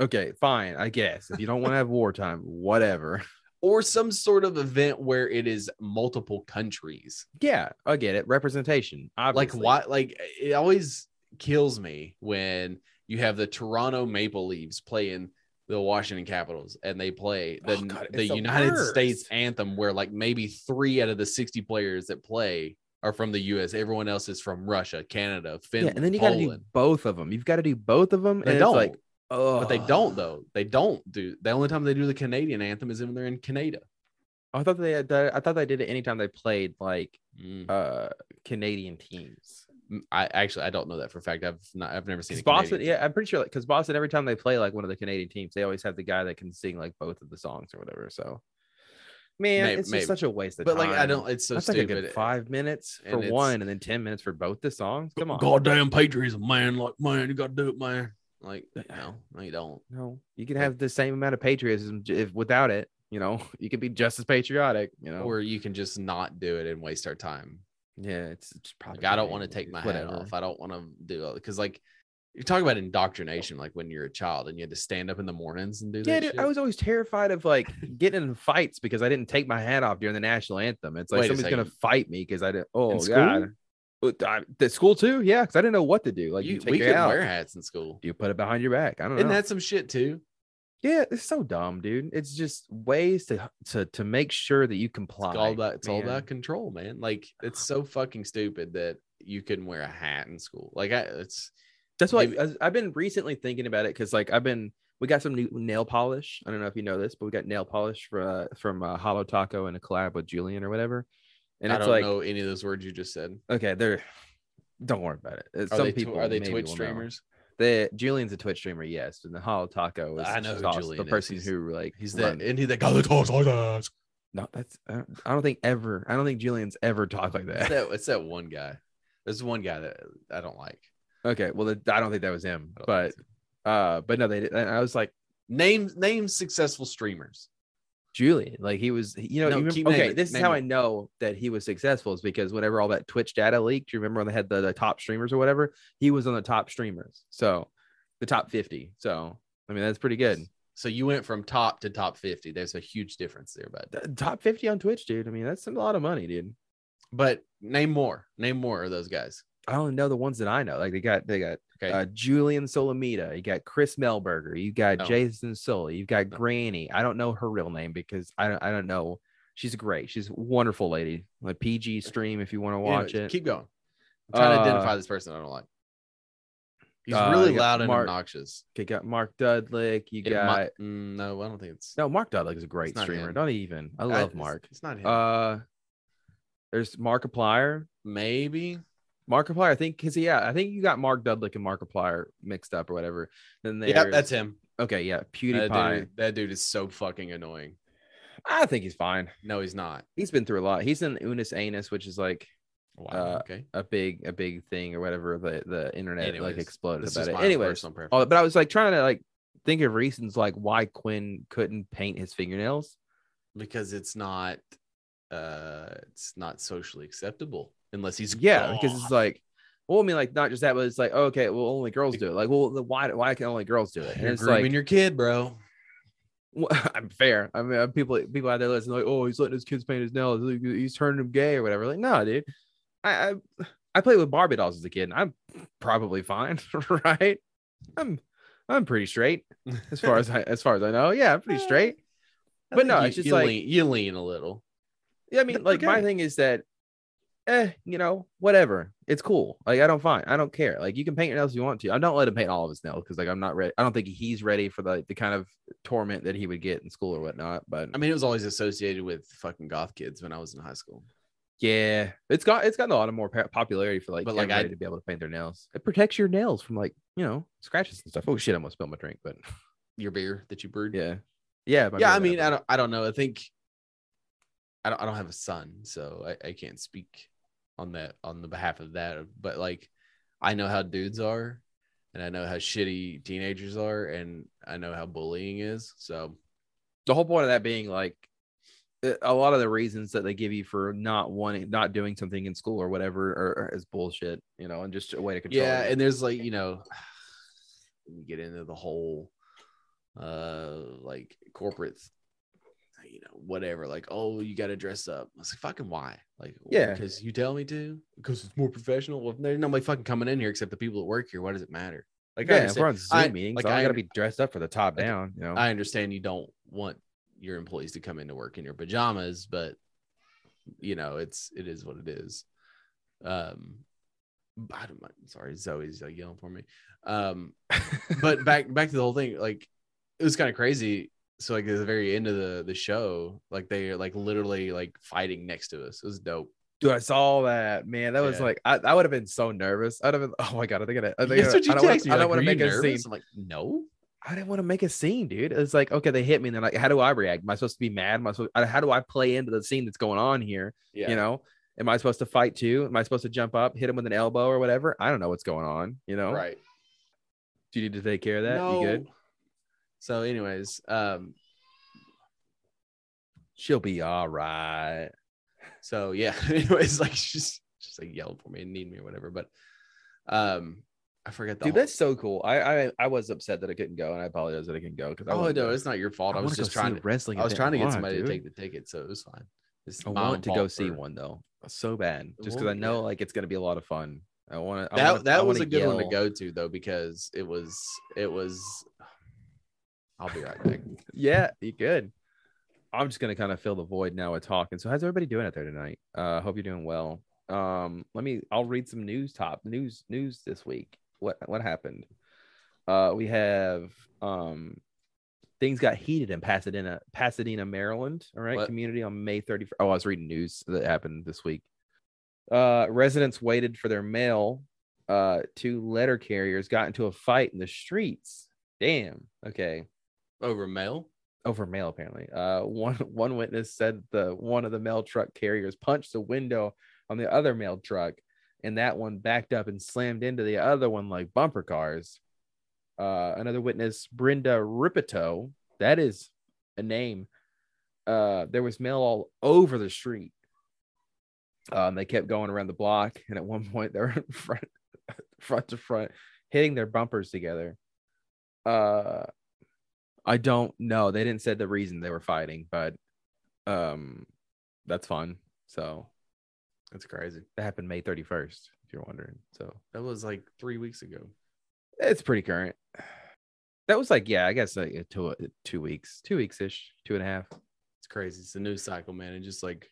Speaker 2: Okay, fine. I guess if you don't want to have wartime, whatever. *laughs*
Speaker 1: or some sort of event where it is multiple countries.
Speaker 2: Yeah, I get it. Representation. Obviously.
Speaker 1: Like why like it always kills me when you have the Toronto Maple Leafs playing the Washington Capitals and they play the,
Speaker 2: Oh, God,
Speaker 1: the
Speaker 2: it's the
Speaker 1: United
Speaker 2: worst.
Speaker 1: States anthem where like maybe 3 out of the 60 players that play are from the US. Everyone else is from Russia, Canada,
Speaker 2: Yeah,
Speaker 1: Finland,
Speaker 2: and then you got to
Speaker 1: Poland.
Speaker 2: do both of them. You've got to do both of them.
Speaker 1: They
Speaker 2: and
Speaker 1: don't.
Speaker 2: It's like, oh,
Speaker 1: but they don't though. They don't do. The only time they do the Canadian anthem is when they're in Canada.
Speaker 2: I thought they had. That, I thought they did it anytime they played like
Speaker 1: Mm.
Speaker 2: uh Canadian teams.
Speaker 1: I actually I don't know that for a fact. I've not. I've never seen.
Speaker 2: Because
Speaker 1: a
Speaker 2: Boston,
Speaker 1: Canadian
Speaker 2: yeah, I'm pretty sure because Boston, every time they play like one of the Canadian teams, they always have the guy that can sing like both of the songs or whatever. So, man,
Speaker 1: May-
Speaker 2: it's
Speaker 1: maybe.
Speaker 2: just such a waste of
Speaker 1: but
Speaker 2: time.
Speaker 1: like I don't. It's so
Speaker 2: That's like a
Speaker 1: stupid.
Speaker 2: good five minutes
Speaker 1: uh, and
Speaker 2: for
Speaker 1: it's-
Speaker 2: one, and then ten minutes for both the songs. Come on,
Speaker 1: Goddamn patriotism, man. Like man, you gotta do it, man. Like no, no, you don't.
Speaker 2: no, you can
Speaker 1: Like-
Speaker 2: have the same amount of patriotism j- if without it. You know, *laughs* you can be just as patriotic. You know,
Speaker 1: Or you can just not do it and waste our time.
Speaker 2: yeah, it's, it's probably.
Speaker 1: Like I don't want to take my hat off. I don't want to do because like you talk about indoctrination, like when you're a child and you had to stand up in the mornings and do
Speaker 2: Yeah,
Speaker 1: that.
Speaker 2: dude,
Speaker 1: shit.
Speaker 2: I was always terrified of like getting in fights because I didn't take my hat off during the national anthem. It's like
Speaker 1: Wait a
Speaker 2: somebody's gonna
Speaker 1: second.
Speaker 2: fight me because I didn't. Oh
Speaker 1: school?
Speaker 2: god, But I, the school too. Yeah, because I didn't know what to do. Like you,
Speaker 1: you,
Speaker 2: take
Speaker 1: we
Speaker 2: your
Speaker 1: could
Speaker 2: hat
Speaker 1: wear
Speaker 2: off.
Speaker 1: hats in school.
Speaker 2: Do you put it behind your back? I don't
Speaker 1: Isn't
Speaker 2: know.
Speaker 1: that some shit too?
Speaker 2: yeah, it's so dumb, dude. It's just ways to to to make sure that you comply.
Speaker 1: It's all about it's all
Speaker 2: man.
Speaker 1: about control, man. Like it's so fucking stupid that you couldn't wear a hat in school. Like I, it's
Speaker 2: That's why
Speaker 1: Maybe-
Speaker 2: I- I've been recently thinking about it because, like, I've been we got some new nail polish. I don't know if you know this, but we got nail polish for, uh, from uh, Hollow Taco in a collab with Julian or whatever. And
Speaker 1: I
Speaker 2: it's
Speaker 1: don't
Speaker 2: like,
Speaker 1: know any of those words you just said.
Speaker 2: okay, they're don't worry about it. Uh,
Speaker 1: Are
Speaker 2: some
Speaker 1: they tw-
Speaker 2: people
Speaker 1: are they
Speaker 2: maybe
Speaker 1: Twitch
Speaker 2: will know.
Speaker 1: streamers?
Speaker 2: They, Julian's a Twitch streamer, yes. And the Hollow Taco is
Speaker 1: I know
Speaker 2: just
Speaker 1: who
Speaker 2: also
Speaker 1: Julian
Speaker 2: the
Speaker 1: is.
Speaker 2: person
Speaker 1: He's-
Speaker 2: who like
Speaker 1: He's
Speaker 2: run-
Speaker 1: that and he's that guy that talks like that.
Speaker 2: No, that's I don't, I don't think ever. I don't think Julian's ever talked like
Speaker 1: It's
Speaker 2: *laughs* that.
Speaker 1: that it's that one guy. There's one guy that I don't like.
Speaker 2: okay, well, th- I don't think that was him,
Speaker 1: I don't
Speaker 2: but
Speaker 1: like.
Speaker 2: uh, but no, they. did- and I was like.
Speaker 1: name name successful streamers.
Speaker 2: Julian. Like he was, you know,
Speaker 1: No,
Speaker 2: you remember-
Speaker 1: keep
Speaker 2: okay,
Speaker 1: naming-
Speaker 2: this is how I
Speaker 1: naming.
Speaker 2: know that he was successful is because whenever all that Twitch data leaked, you remember when they had the, the top streamers or whatever, he was on the top streamers. So the top 50. So, I mean, that's pretty good.
Speaker 1: So you went from top to top 50. There's a huge difference there, bud.
Speaker 2: The top 50 on Twitch, dude. I mean, that's a lot of money, dude.
Speaker 1: But name more. Name more of those guys.
Speaker 2: I only know the ones that I know. Like they got, they got
Speaker 1: Okay.
Speaker 2: uh, Julian Solomita. You got Chris Melberger. You got
Speaker 1: No.
Speaker 2: Jason Sully. You've got
Speaker 1: No.
Speaker 2: Granny. I don't know her real name because I don't, I don't know. She's great. She's a wonderful lady. Like PG stream if you want to watch
Speaker 1: Anyways,
Speaker 2: it.
Speaker 1: Keep going. I'm trying
Speaker 2: Uh,
Speaker 1: to identify this person I don't like. He's
Speaker 2: uh,
Speaker 1: really
Speaker 2: you got
Speaker 1: loud and
Speaker 2: Mark-
Speaker 1: obnoxious.
Speaker 2: You got Mark Dudlick. You
Speaker 1: It
Speaker 2: got
Speaker 1: might- mm, no, I don't think it's.
Speaker 2: no Mark Dudlick is a great
Speaker 1: It's not
Speaker 2: streamer.
Speaker 1: him.
Speaker 2: Don't even. I
Speaker 1: I-
Speaker 2: love
Speaker 1: it's-
Speaker 2: Mark.
Speaker 1: It's not him.
Speaker 2: Uh, there's Markiplier.
Speaker 1: Maybe.
Speaker 2: Markiplier, I think, because yeah, I think you got Mark Dudlick and Markiplier mixed up or whatever. Then there's
Speaker 1: Yep, that's him.
Speaker 2: okay. Yeah, PewDiePie.
Speaker 1: That dude, that dude is so fucking annoying.
Speaker 2: I think he's fine.
Speaker 1: No, he's not.
Speaker 2: He's been through a lot. He's in Unis Anus, which is like
Speaker 1: Wow.
Speaker 2: Uh,
Speaker 1: okay.
Speaker 2: a big a big thing or whatever the the internet like
Speaker 1: Anyways,
Speaker 2: exploded
Speaker 1: This
Speaker 2: about
Speaker 1: is
Speaker 2: it.
Speaker 1: my
Speaker 2: Anyways,
Speaker 1: personal preference.
Speaker 2: all- but I was like trying to like think of reasons like why Quinn couldn't paint his fingernails.
Speaker 1: because it's not uh it's not socially acceptable unless he's
Speaker 2: Yeah, because it's
Speaker 1: goth.
Speaker 2: like, well, I mean, like not just that, but it's like, oh, okay, well, only girls do it. Like, well, then why why can only girls do it? And
Speaker 1: you're
Speaker 2: it's like,
Speaker 1: grooming your kid, bro.
Speaker 2: well, *laughs* I'm fair. I mean, uh, people people out there listening like, oh, he's letting his kids paint his nails. Like, He's turning them gay or whatever. Like, no, dude, I I, I played with Barbie dolls as a kid. And I'm probably fine, *laughs* right? I'm I'm pretty straight as far as I as far as I know. Yeah, I'm pretty straight.
Speaker 1: I
Speaker 2: But
Speaker 1: think
Speaker 2: no,
Speaker 1: you,
Speaker 2: it's just
Speaker 1: you
Speaker 2: like-
Speaker 1: lean, you lean a little.
Speaker 2: Yeah, I mean,
Speaker 1: That's
Speaker 2: like my
Speaker 1: okay.
Speaker 2: thing is that, eh, you know, whatever. It's cool. Like I don't find, I don't care. Like you can paint your nails if you want to. I don't let him paint all of his nails because like I'm not ready. I don't think he's ready for the the kind of torment that he would get in school or whatnot. But
Speaker 1: I mean, it was always associated with fucking goth kids when I was in high school.
Speaker 2: yeah, it's got it's gotten a lot of more pa- popularity for like
Speaker 1: But, like, I-
Speaker 2: everybody to be able to paint their nails. It protects your nails from like you know scratches and stuff. Oh shit, I almost spilled my drink. But *laughs*
Speaker 1: Your beer that you brewed.
Speaker 2: yeah, yeah,
Speaker 1: Yeah, I mean, I don't I don't know. I think I don't I don't have a son, so I, I can't speak on that on the behalf of that. But like I know how dudes are and I know how shitty teenagers are and I know how bullying is. So
Speaker 2: the whole point of that being like eh, a- a lot of the reasons that they give you for not wanting not doing something in school or whatever are, are is bullshit you know and just a way to control
Speaker 1: yeah
Speaker 2: it.
Speaker 1: and there's like you know *sighs* when you get into the whole uh like corporate you know whatever like oh you gotta dress up i was like fucking why like
Speaker 2: Yeah.
Speaker 1: because you tell me to because it's more professional well there's nobody fucking coming in here except the people that work here why does it matter like I,
Speaker 2: yeah, if
Speaker 1: understand,
Speaker 2: we're on Zoom
Speaker 1: I-
Speaker 2: meetings,
Speaker 1: like,
Speaker 2: I,
Speaker 1: I-
Speaker 2: gotta be dressed up for the top
Speaker 1: like,
Speaker 2: down. You know,
Speaker 1: I understand you don't want your employees to come into work in your pajamas but you know it's it is what it is um I don't, mind- sorry zoe's like yelling for me
Speaker 2: *laughs*
Speaker 1: um but back back to the whole thing like it was kind of crazy so like at the very end of the the show like they are like literally like fighting next to us it was dope
Speaker 2: dude, I saw that man. That was
Speaker 1: Yeah.
Speaker 2: like I, I would have been so nervous. I'd have been, oh my god, I think I, I, think
Speaker 1: that's what you
Speaker 2: I, don't wanna-
Speaker 1: text me
Speaker 2: I don't
Speaker 1: want to
Speaker 2: make a scene.
Speaker 1: i'm like no
Speaker 2: I didn't want to make a scene, dude. It's like, okay, they hit me, and they're like, how do I react? Am I supposed to be mad? Am I supposed, uh, how do I play into the scene that's going on here?
Speaker 1: yeah
Speaker 2: you know am i supposed to fight too am i supposed to jump up hit him with an elbow or whatever i don't know what's going on you know
Speaker 1: right
Speaker 2: do you need to take care of that
Speaker 1: no.
Speaker 2: you good
Speaker 1: so anyways um
Speaker 2: she'll be all right
Speaker 1: So yeah, *laughs* anyways, like she's she's like yelled for me and need me or whatever. But um, I forget the
Speaker 2: dude
Speaker 1: whole-
Speaker 2: that's so cool i i, I was upset that i couldn't go and i apologize that i couldn't go because
Speaker 1: Oh no, it's not your fault. I, was just trying to.
Speaker 2: wrestling
Speaker 1: I was trying to get
Speaker 2: event
Speaker 1: somebody
Speaker 2: live,
Speaker 1: to
Speaker 2: dude.
Speaker 1: take the ticket, so it was fine. It's
Speaker 2: i
Speaker 1: my own
Speaker 2: want to go
Speaker 1: fault
Speaker 2: see
Speaker 1: for-
Speaker 2: one though so bad just because
Speaker 1: Well,
Speaker 2: i know
Speaker 1: yeah.
Speaker 2: like it's gonna be a lot of fun i want to
Speaker 1: that that was a good one to go to though because it was it was. I'll be right back.
Speaker 2: yeah you good i'm just gonna kind of fill the void now with talking so how's everybody doing out there tonight uh hope you're doing well um let me i'll read some news top news news this week what what happened uh we have um things got heated in pasadena pasadena maryland all right
Speaker 1: What?
Speaker 2: community on may 31st oh i was reading news that happened this week uh residents waited for their mail uh two letter carriers got into a fight in the streets damn okay
Speaker 1: Over mail.
Speaker 2: over mail apparently. Uh, one *laughs* one witness said the one of the mail truck carriers punched the window on the other mail truck, and that one backed up and slammed into the other one like bumper cars. Uh, another witness, Brenda Ripito, that is a name. Uh, there was mail all over the street. Um, they kept going around the block, and at one *laughs* point they were in front, *laughs* front to front, hitting their bumpers together. Uh, I don't know. They didn't say the reason they were fighting, but um, that's fun. So
Speaker 1: That's crazy.
Speaker 2: that happened May 31st, if you're wondering. So
Speaker 1: That was like three weeks ago.
Speaker 2: it's pretty current. That was like, yeah, I guess like uh, two uh, two weeks, two weeks ish, two and a half.
Speaker 1: It's crazy. It's a news cycle, man. It just like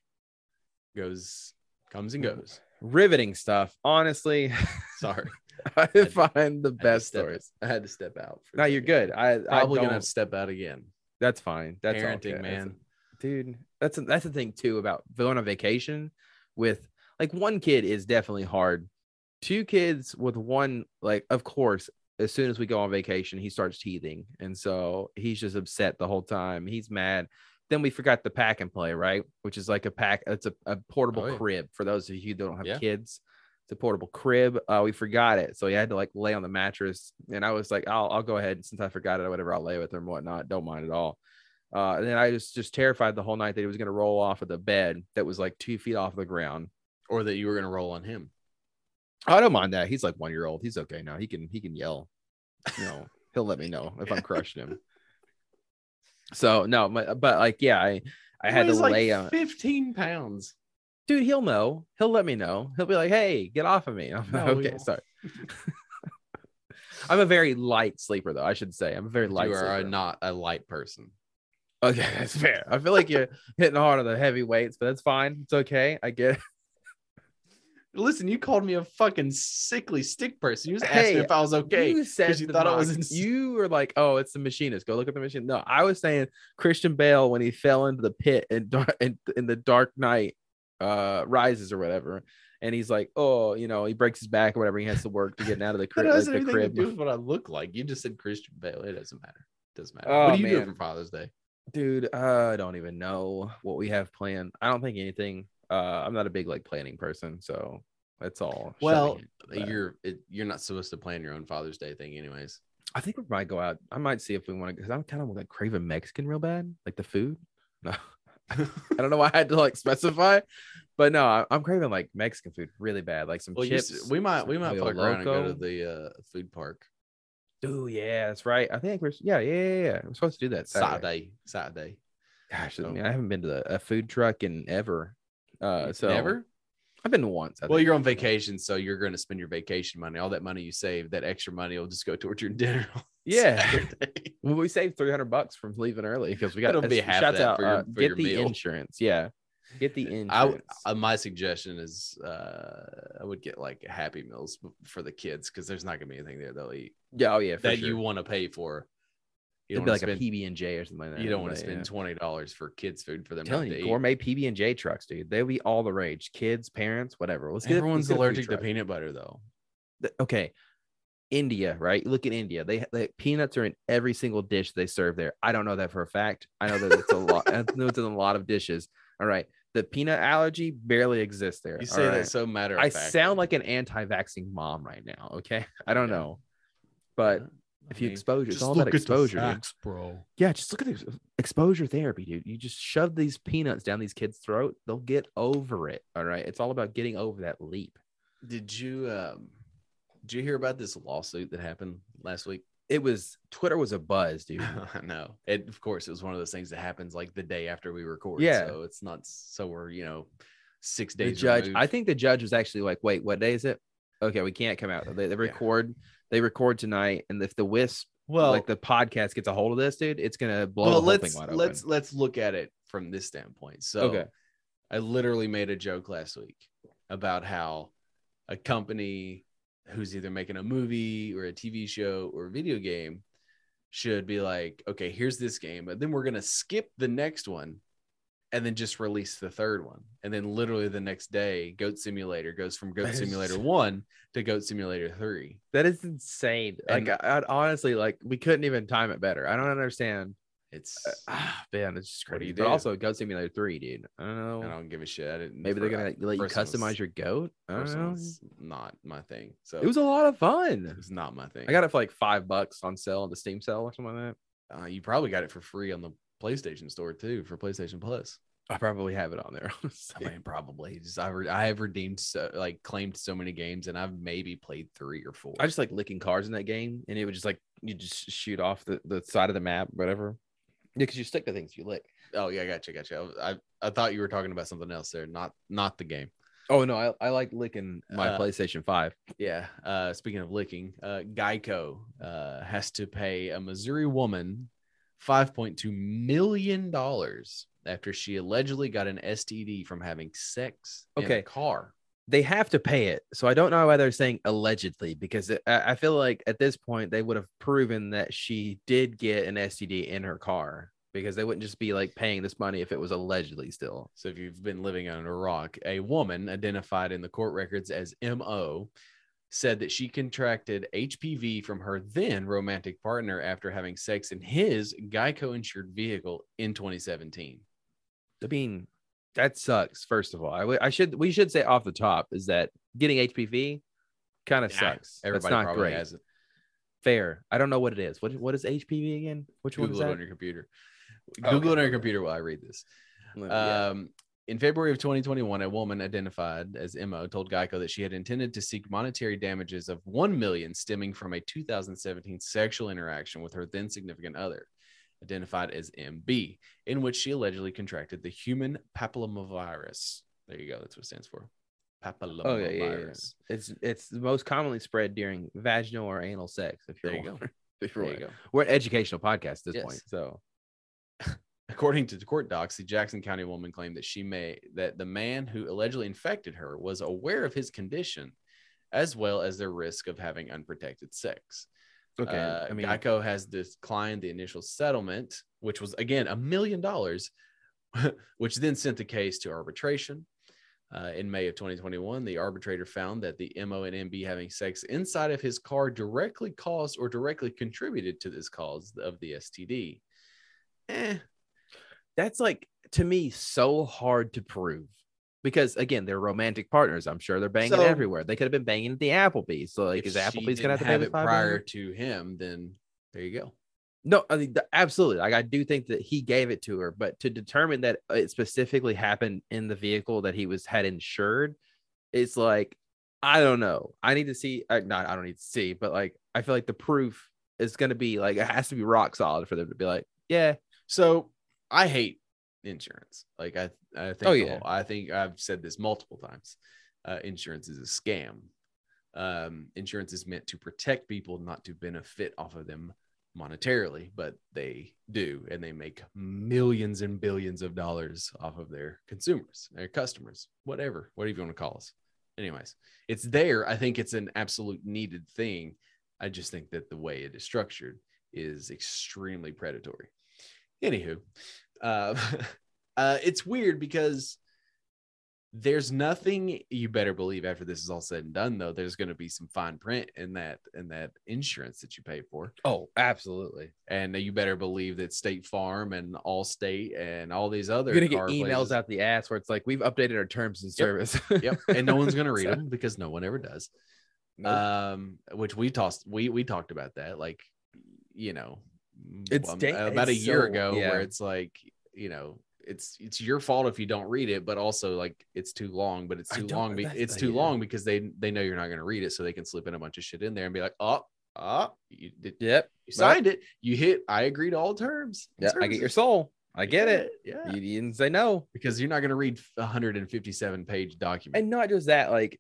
Speaker 1: goes, comes and goes.
Speaker 2: Riveting stuff. Honestly, *laughs*
Speaker 1: Sorry,
Speaker 2: I
Speaker 1: I-
Speaker 2: find the
Speaker 1: I had to
Speaker 2: best
Speaker 1: step-
Speaker 2: stories.
Speaker 1: I had to step out. for a
Speaker 2: No, you're
Speaker 1: second.
Speaker 2: good. I
Speaker 1: Probably
Speaker 2: I
Speaker 1: gonna
Speaker 2: don't-
Speaker 1: have to step out again.
Speaker 2: That's fine. That's all
Speaker 1: parenting,
Speaker 2: good. That's-
Speaker 1: man.
Speaker 2: dude that's that's the thing too about going on vacation with like one kid is definitely hard two kids with one like of course as soon as we go on vacation he starts teething and so he's just upset the whole time he's mad then we forgot the pack and play, right? Which is like a pack. It's a, a portable
Speaker 1: Oh, yeah.
Speaker 2: crib for those of you that don't have
Speaker 1: Yeah.
Speaker 2: kids. It's a portable crib. Uh, we forgot it, so you had to like lay on the mattress. And I was like, I'll I'll go ahead since I forgot it or whatever. I'll lay with her and whatnot. Don't mind at all. Uh, and then I was just terrified the whole night that he was going to roll off of the bed that was like two feet off the ground.
Speaker 1: or that you were gonna roll on him.
Speaker 2: I don't mind that. He's like one year old. He's okay now. He can he can yell. You know, he'll let me know *laughs* if I'm crushing him. So no, my, but like yeah, I I had to
Speaker 1: Weighs, like
Speaker 2: lay on.
Speaker 1: fifteen pounds.
Speaker 2: Dude, he'll know. He'll let me know. He'll be like, "Hey, get off of me." I'm like,
Speaker 1: No, he
Speaker 2: okay,
Speaker 1: won't.
Speaker 2: *laughs* sorry. I'm a very light sleeper, though. I should say I'm a very light.
Speaker 1: you are
Speaker 2: sleeper.
Speaker 1: not a light person.
Speaker 2: Okay, that's fair. I feel like you're hitting hard on the heavy weights, but that's fine. It's okay. I get.
Speaker 1: Listen, you called me a fucking sickly stick person. You just asked
Speaker 2: Hey,
Speaker 1: me if I was okay.
Speaker 2: you said
Speaker 1: you
Speaker 2: the
Speaker 1: thought I was
Speaker 2: mock-
Speaker 1: ins-
Speaker 2: you were like, oh, it's the machinist. Go look at the machine. No, I was saying Christian Bale when he fell into the pit in *laughs* dark in, in the Dark Knight uh rises or whatever, and he's like, oh, you know, he breaks his back or whatever. He has to work to get out of the,
Speaker 1: *laughs* that
Speaker 2: crib.
Speaker 1: has
Speaker 2: like, the
Speaker 1: anything
Speaker 2: crib.
Speaker 1: to do with what I look like. You just said Christian Bale. It doesn't matter. doesn't matter.
Speaker 2: Oh,
Speaker 1: what are you doing
Speaker 2: man.
Speaker 1: for Father's Day?
Speaker 2: dude uh, i don't even know what we have planned i don't think anything uh i'm not a big like planning person so that's all
Speaker 1: Well,
Speaker 2: shoving it. But
Speaker 1: You're it, you're not supposed to plan your own Father's Day thing, anyways.
Speaker 2: i think we might go out i might see if we want to because i'm kind of like craving mexican real bad like the food *laughs* no i don't know why i had to like specify but no I- i'm craving like mexican food really bad like some
Speaker 1: Well, you s-
Speaker 2: chips
Speaker 1: we might we
Speaker 2: some
Speaker 1: might
Speaker 2: Pollo
Speaker 1: fuck around and go to
Speaker 2: Loco.
Speaker 1: the uh, food park
Speaker 2: Ooh, yeah that's right i think we're yeah yeah yeah, yeah. we're supposed to do that Saturday.
Speaker 1: Saturday. Saturday.
Speaker 2: gosh I,
Speaker 1: So-
Speaker 2: mean, I haven't been to the, a food truck in ever uh so
Speaker 1: Never.
Speaker 2: i've been once I
Speaker 1: Well,
Speaker 2: think.
Speaker 1: you're on vacation, so you're going to spend your vacation money. All that money you save, that extra money will just go towards your *laughs* dinner. on
Speaker 2: *laughs* Yeah.
Speaker 1: Saturday.
Speaker 2: Well, we saved three hundred bucks from leaving early because we got.
Speaker 1: It'll be
Speaker 2: that's-
Speaker 1: half
Speaker 2: shouts uh,
Speaker 1: that for your- for
Speaker 2: get
Speaker 1: your
Speaker 2: the
Speaker 1: meal.
Speaker 2: insurance. Yeah, get the insurance.
Speaker 1: I would- Uh, my suggestion is, uh, I would get like Happy Meals b- for the kids because there's not going to be anything there they'll eat
Speaker 2: yeah, oh yeah, for
Speaker 1: that
Speaker 2: sure.
Speaker 1: you want to pay for. You don't
Speaker 2: It'd be
Speaker 1: want to
Speaker 2: like
Speaker 1: spend.
Speaker 2: a PB and J or something like that.
Speaker 1: you don't want to
Speaker 2: but,
Speaker 1: spend
Speaker 2: yeah.
Speaker 1: twenty dollars for kids food for them.
Speaker 2: I'm
Speaker 1: to
Speaker 2: telling
Speaker 1: have
Speaker 2: you,
Speaker 1: to eat.
Speaker 2: gourmet PB and J trucks, dude. They'll be all the rage. Kids, parents, whatever. Let's get a-
Speaker 1: Everyone's
Speaker 2: let's get a food
Speaker 1: allergic to
Speaker 2: truck.
Speaker 1: peanut butter though.
Speaker 2: Th- Okay, India, right? You Look at India. They, they peanuts are in every single dish they serve there. I don't know that for a fact. I know that it's a lot. I know it's in a lot of dishes. All right, the peanut allergy barely exists there.
Speaker 1: You
Speaker 2: all
Speaker 1: say
Speaker 2: right?
Speaker 1: that so matter.
Speaker 2: I sound like an anti-vaxxing mom right now. Okay, I don't
Speaker 1: Yeah.
Speaker 2: know, but if you expose, it's
Speaker 3: Just
Speaker 2: all about
Speaker 3: look at the
Speaker 2: exposure. dude.
Speaker 3: facts, bro.
Speaker 2: Yeah, just look at the exposure therapy, dude. You just shove these peanuts down these kids' throat; they'll get over it. All right, it's all about getting over that leap.
Speaker 1: did you um, did you hear about this lawsuit that happened last
Speaker 2: *laughs*
Speaker 1: week?
Speaker 2: It was Twitter was a buzz,
Speaker 1: *laughs*
Speaker 2: dude.
Speaker 1: I know. And of course, it was one of those things that happens like the day after we record.
Speaker 2: Yeah.
Speaker 1: So it's not so we're you know six
Speaker 2: the
Speaker 1: days.
Speaker 2: judge,
Speaker 1: removed.
Speaker 2: I think the judge was actually like, "Wait, what day is it? Okay, we can't come out. They, they record, they record tonight, and if the wisp,
Speaker 1: well,
Speaker 2: like the podcast, gets a hold of this, dude, it's gonna blow
Speaker 1: well,
Speaker 2: the whole
Speaker 1: let's
Speaker 2: thing wide
Speaker 1: let's
Speaker 2: open."
Speaker 1: let's look at it from this standpoint. So
Speaker 2: okay,
Speaker 1: I literally made a joke last week about how a company who's either making a movie or a TV show or a video game should be like, okay, here's this game, but then we're gonna skip the next one and then just release the third one. And then literally the next day, Goat Simulator goes from
Speaker 2: *laughs*
Speaker 1: Goat Simulator one to Goat Simulator three.
Speaker 2: That is insane. Like,
Speaker 1: And-
Speaker 2: I, I'd honestly, like, we couldn't even time it better. I don't understand.
Speaker 1: It's
Speaker 2: Ah, *sighs* man, it's just
Speaker 1: What do
Speaker 2: crazy.
Speaker 1: you
Speaker 2: But
Speaker 1: do?
Speaker 2: also, Goat Simulator 3, dude. I don't know.
Speaker 1: I don't give a shit. I didn't
Speaker 2: Maybe they're
Speaker 1: for-
Speaker 2: going to let you
Speaker 1: first one was-
Speaker 2: customize your goat. I
Speaker 1: first
Speaker 2: don't
Speaker 1: one
Speaker 2: know.
Speaker 1: was not my thing. So
Speaker 2: It was a lot of
Speaker 1: Um, it
Speaker 2: fun.
Speaker 1: was not my thing.
Speaker 2: I got it for like five bucks on sale on the Steam sale or something like
Speaker 1: Uh, you probably got it for free on the PlayStation Store too for PlayStation Plus.
Speaker 2: that. I probably have it on there. *laughs*
Speaker 1: I mean, probably. Just I, re- I have redeemed so like claimed so many games, and I've maybe played three or four.
Speaker 2: I just like licking cars in that game, and it would just like you just shoot off the, the side of the map, whatever. Yeah, because you stick to things you lick.
Speaker 1: oh yeah, gotcha, gotcha. I, I I thought you were talking about something else there, not not the game.
Speaker 2: Oh no, I, I like licking my
Speaker 1: Uh,
Speaker 2: PlayStation Five.
Speaker 1: Yeah. Uh, speaking of licking, uh, Geico uh, has to pay a Missouri woman five point two million dollars after she allegedly got an STD from having sex in
Speaker 2: Okay.
Speaker 1: a car.
Speaker 2: they have to pay it. So I don't know why they're saying allegedly because it, I I feel like at this point they would have proven that she did get an STD in her car because they wouldn't just be like paying this money if it was allegedly still.
Speaker 1: So if you've been living under a rock, a woman identified in the court records as MO said that she contracted HPV from her then romantic partner after having sex in his Geico insured vehicle in 2017.
Speaker 2: I mean, that sucks. First of all, I, w- I should we should say off the top is that getting HPV kind of
Speaker 1: Yeah,
Speaker 2: sucks. That's
Speaker 1: Everybody
Speaker 2: not
Speaker 1: probably
Speaker 2: great.
Speaker 1: has it.
Speaker 2: Fair. I don't know what it is. What what is HPV again? Which
Speaker 1: Google it
Speaker 2: one
Speaker 1: on
Speaker 2: is that?
Speaker 1: your computer.
Speaker 2: Oh,
Speaker 1: Google it
Speaker 2: okay.
Speaker 1: on your computer while I read this.
Speaker 2: Yeah.
Speaker 1: Um, in February of 2021, a woman identified as Emma told Geico that she had intended to seek monetary damages of one million stemming from a 2017 sexual interaction with her then significant other, identified as MB, in which she allegedly contracted the human papillomavirus. There you go. That's what it stands for. Papillomavirus.
Speaker 2: Oh, yeah, yeah, yeah. it's it's the most commonly spread during vaginal or anal sex. If you're
Speaker 1: There you go.
Speaker 2: wondering. If you're
Speaker 1: There you
Speaker 2: wondering.
Speaker 1: go.
Speaker 2: We're an educational podcast at this
Speaker 1: Yes.
Speaker 2: point, so
Speaker 1: According to the court docs, the Jackson County woman claimed that she may that the man who allegedly infected her was aware of his condition, as well as their risk of having unprotected sex.
Speaker 2: okay.
Speaker 1: Uh,
Speaker 2: I mean,
Speaker 1: Geico has declined the initial settlement, which was again a million dollars, *laughs* which then sent the case to arbitration. Uh, in May of 2021, the arbitrator found that the MO and MB having sex inside of his car directly caused or directly contributed to this cause of the STD. Eh,
Speaker 2: that's like to me so hard to prove because again they're romantic partners. I'm sure they're banging
Speaker 1: So-
Speaker 2: everywhere. They could have been banging at the Applebee's. So like,
Speaker 1: if
Speaker 2: is
Speaker 1: she
Speaker 2: Applebee's gonna have to
Speaker 1: didn't
Speaker 2: pay the
Speaker 1: it prior
Speaker 2: prior?
Speaker 1: to him? Then there you go.
Speaker 2: No, I mean th- absolutely. Like I do think that he gave it to her, but to determine that uh, it specifically happened in the vehicle that he was had insured, it's like I don't know. I need to see. Uh, not I don't need to see, but like I feel like the proof is going to be like it has to be rock solid for them to be like, yeah,
Speaker 1: So I hate insurance. Like I, I think,
Speaker 2: Oh,
Speaker 1: the
Speaker 2: yeah.
Speaker 1: whole- I think I've said this multiple times. Uh, insurance is a scam. Um, insurance is meant to protect people, not to benefit off of them monetarily, but they do, and they make millions and billions of dollars off of their consumers, their customers, whatever, whatever you want to call us. Anyways, it's there. I think it's an absolute needed thing. I just think that the way it is structured is extremely predatory. Anywho, uh, *laughs* uh, it's weird because there's nothing you better believe after this is all said and done. Though there's going to be some fine print in that in that insurance that you pay for,
Speaker 2: oh, absolutely.
Speaker 1: and you better believe that State Farm and Allstate and all these other
Speaker 2: You're gonna get
Speaker 1: car
Speaker 2: emails
Speaker 1: places-
Speaker 2: out the ass where it's like we've updated our terms and
Speaker 1: Yep.
Speaker 2: service. *laughs*
Speaker 1: yep, and no one's going to read
Speaker 2: So-
Speaker 1: them because no one ever does.
Speaker 2: Nope.
Speaker 1: um which we tossed we we talked about that like you know
Speaker 2: It's
Speaker 1: um,
Speaker 2: da-
Speaker 1: about a
Speaker 2: it's
Speaker 1: year
Speaker 2: so-
Speaker 1: ago
Speaker 2: yeah.
Speaker 1: where it's like you know it's it's your fault if you don't read it but also like it's too long but it's
Speaker 2: I
Speaker 1: too
Speaker 2: don't-
Speaker 1: long be-
Speaker 2: that's
Speaker 1: it's
Speaker 2: the-
Speaker 1: too
Speaker 2: yeah.
Speaker 1: long because they they know you're not going to read it so they can slip in a bunch of shit in there and be like oh oh you, did,
Speaker 2: yep.
Speaker 1: you signed it you hit i agree to all terms and
Speaker 2: Yeah, I get your
Speaker 1: services."
Speaker 2: soul. I get
Speaker 1: Yeah,
Speaker 2: it.
Speaker 1: yeah
Speaker 2: You, you didn't say no.
Speaker 1: because you're not going to read a 157 page document
Speaker 2: and not just that like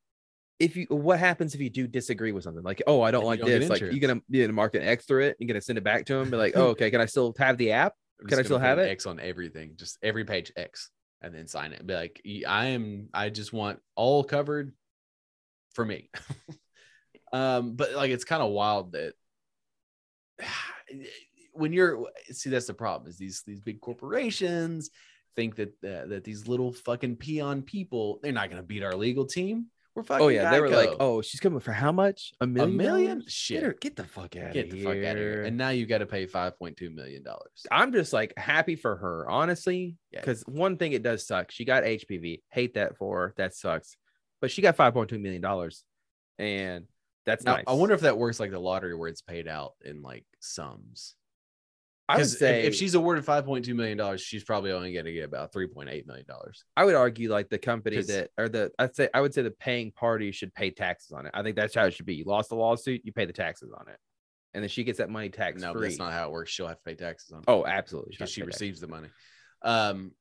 Speaker 2: if you what happens if you do disagree with something like oh i don't
Speaker 1: And you
Speaker 2: like
Speaker 1: don't get
Speaker 2: this like you're
Speaker 1: insurance.
Speaker 2: gonna you're gonna mark an X through it you're gonna send it back to him be *laughs* like oh, okay can i still have the app
Speaker 1: I'm
Speaker 2: Can
Speaker 1: just
Speaker 2: I still
Speaker 1: gonna put
Speaker 2: have
Speaker 1: an
Speaker 2: it?
Speaker 1: X on everything, just every page X, and then sign it. Be like, "Y- I am. I just want all covered for me. *laughs* um, but like, it's kind of wild that *sighs* when you're see, that's the problem is these these big corporations think that uh, that these little fucking peon people they're not gonna beat our legal team. We're fucking.
Speaker 2: oh yeah they were like
Speaker 1: Geico.
Speaker 2: oh she's coming for how much a
Speaker 1: a
Speaker 2: million
Speaker 1: million
Speaker 2: dollars?
Speaker 1: shit.
Speaker 2: get, her, get the fuck out
Speaker 1: Get
Speaker 2: of
Speaker 1: the
Speaker 2: here.
Speaker 1: fuck out of here! And now you got to pay five point two million dollars.
Speaker 2: i'm just like happy for her honestly
Speaker 1: Yeah.
Speaker 2: because one thing it does suck she got hpv hate that for her that sucks but she got 5.2 million dollars and that's
Speaker 1: Now,
Speaker 2: nice
Speaker 1: I wonder if that works like the lottery where it's paid out in like sums.
Speaker 2: i would
Speaker 1: 'Cause if-
Speaker 2: say
Speaker 1: if, she's awarded five point two million dollars, she's probably only going to get about three point eight million dollars.
Speaker 2: I would argue like the company
Speaker 1: 'Cause-
Speaker 2: that or the I'd say I would say the paying party should pay taxes on it. I think that's how it should be. You lost the lawsuit, you pay the taxes on it, and then she gets that money tax
Speaker 1: No, but
Speaker 2: free.
Speaker 1: that's not how it works. She'll have to pay taxes on it
Speaker 2: oh, absolutely,
Speaker 1: because
Speaker 2: has to
Speaker 1: she
Speaker 2: pay taxes.
Speaker 1: receives the money. Um,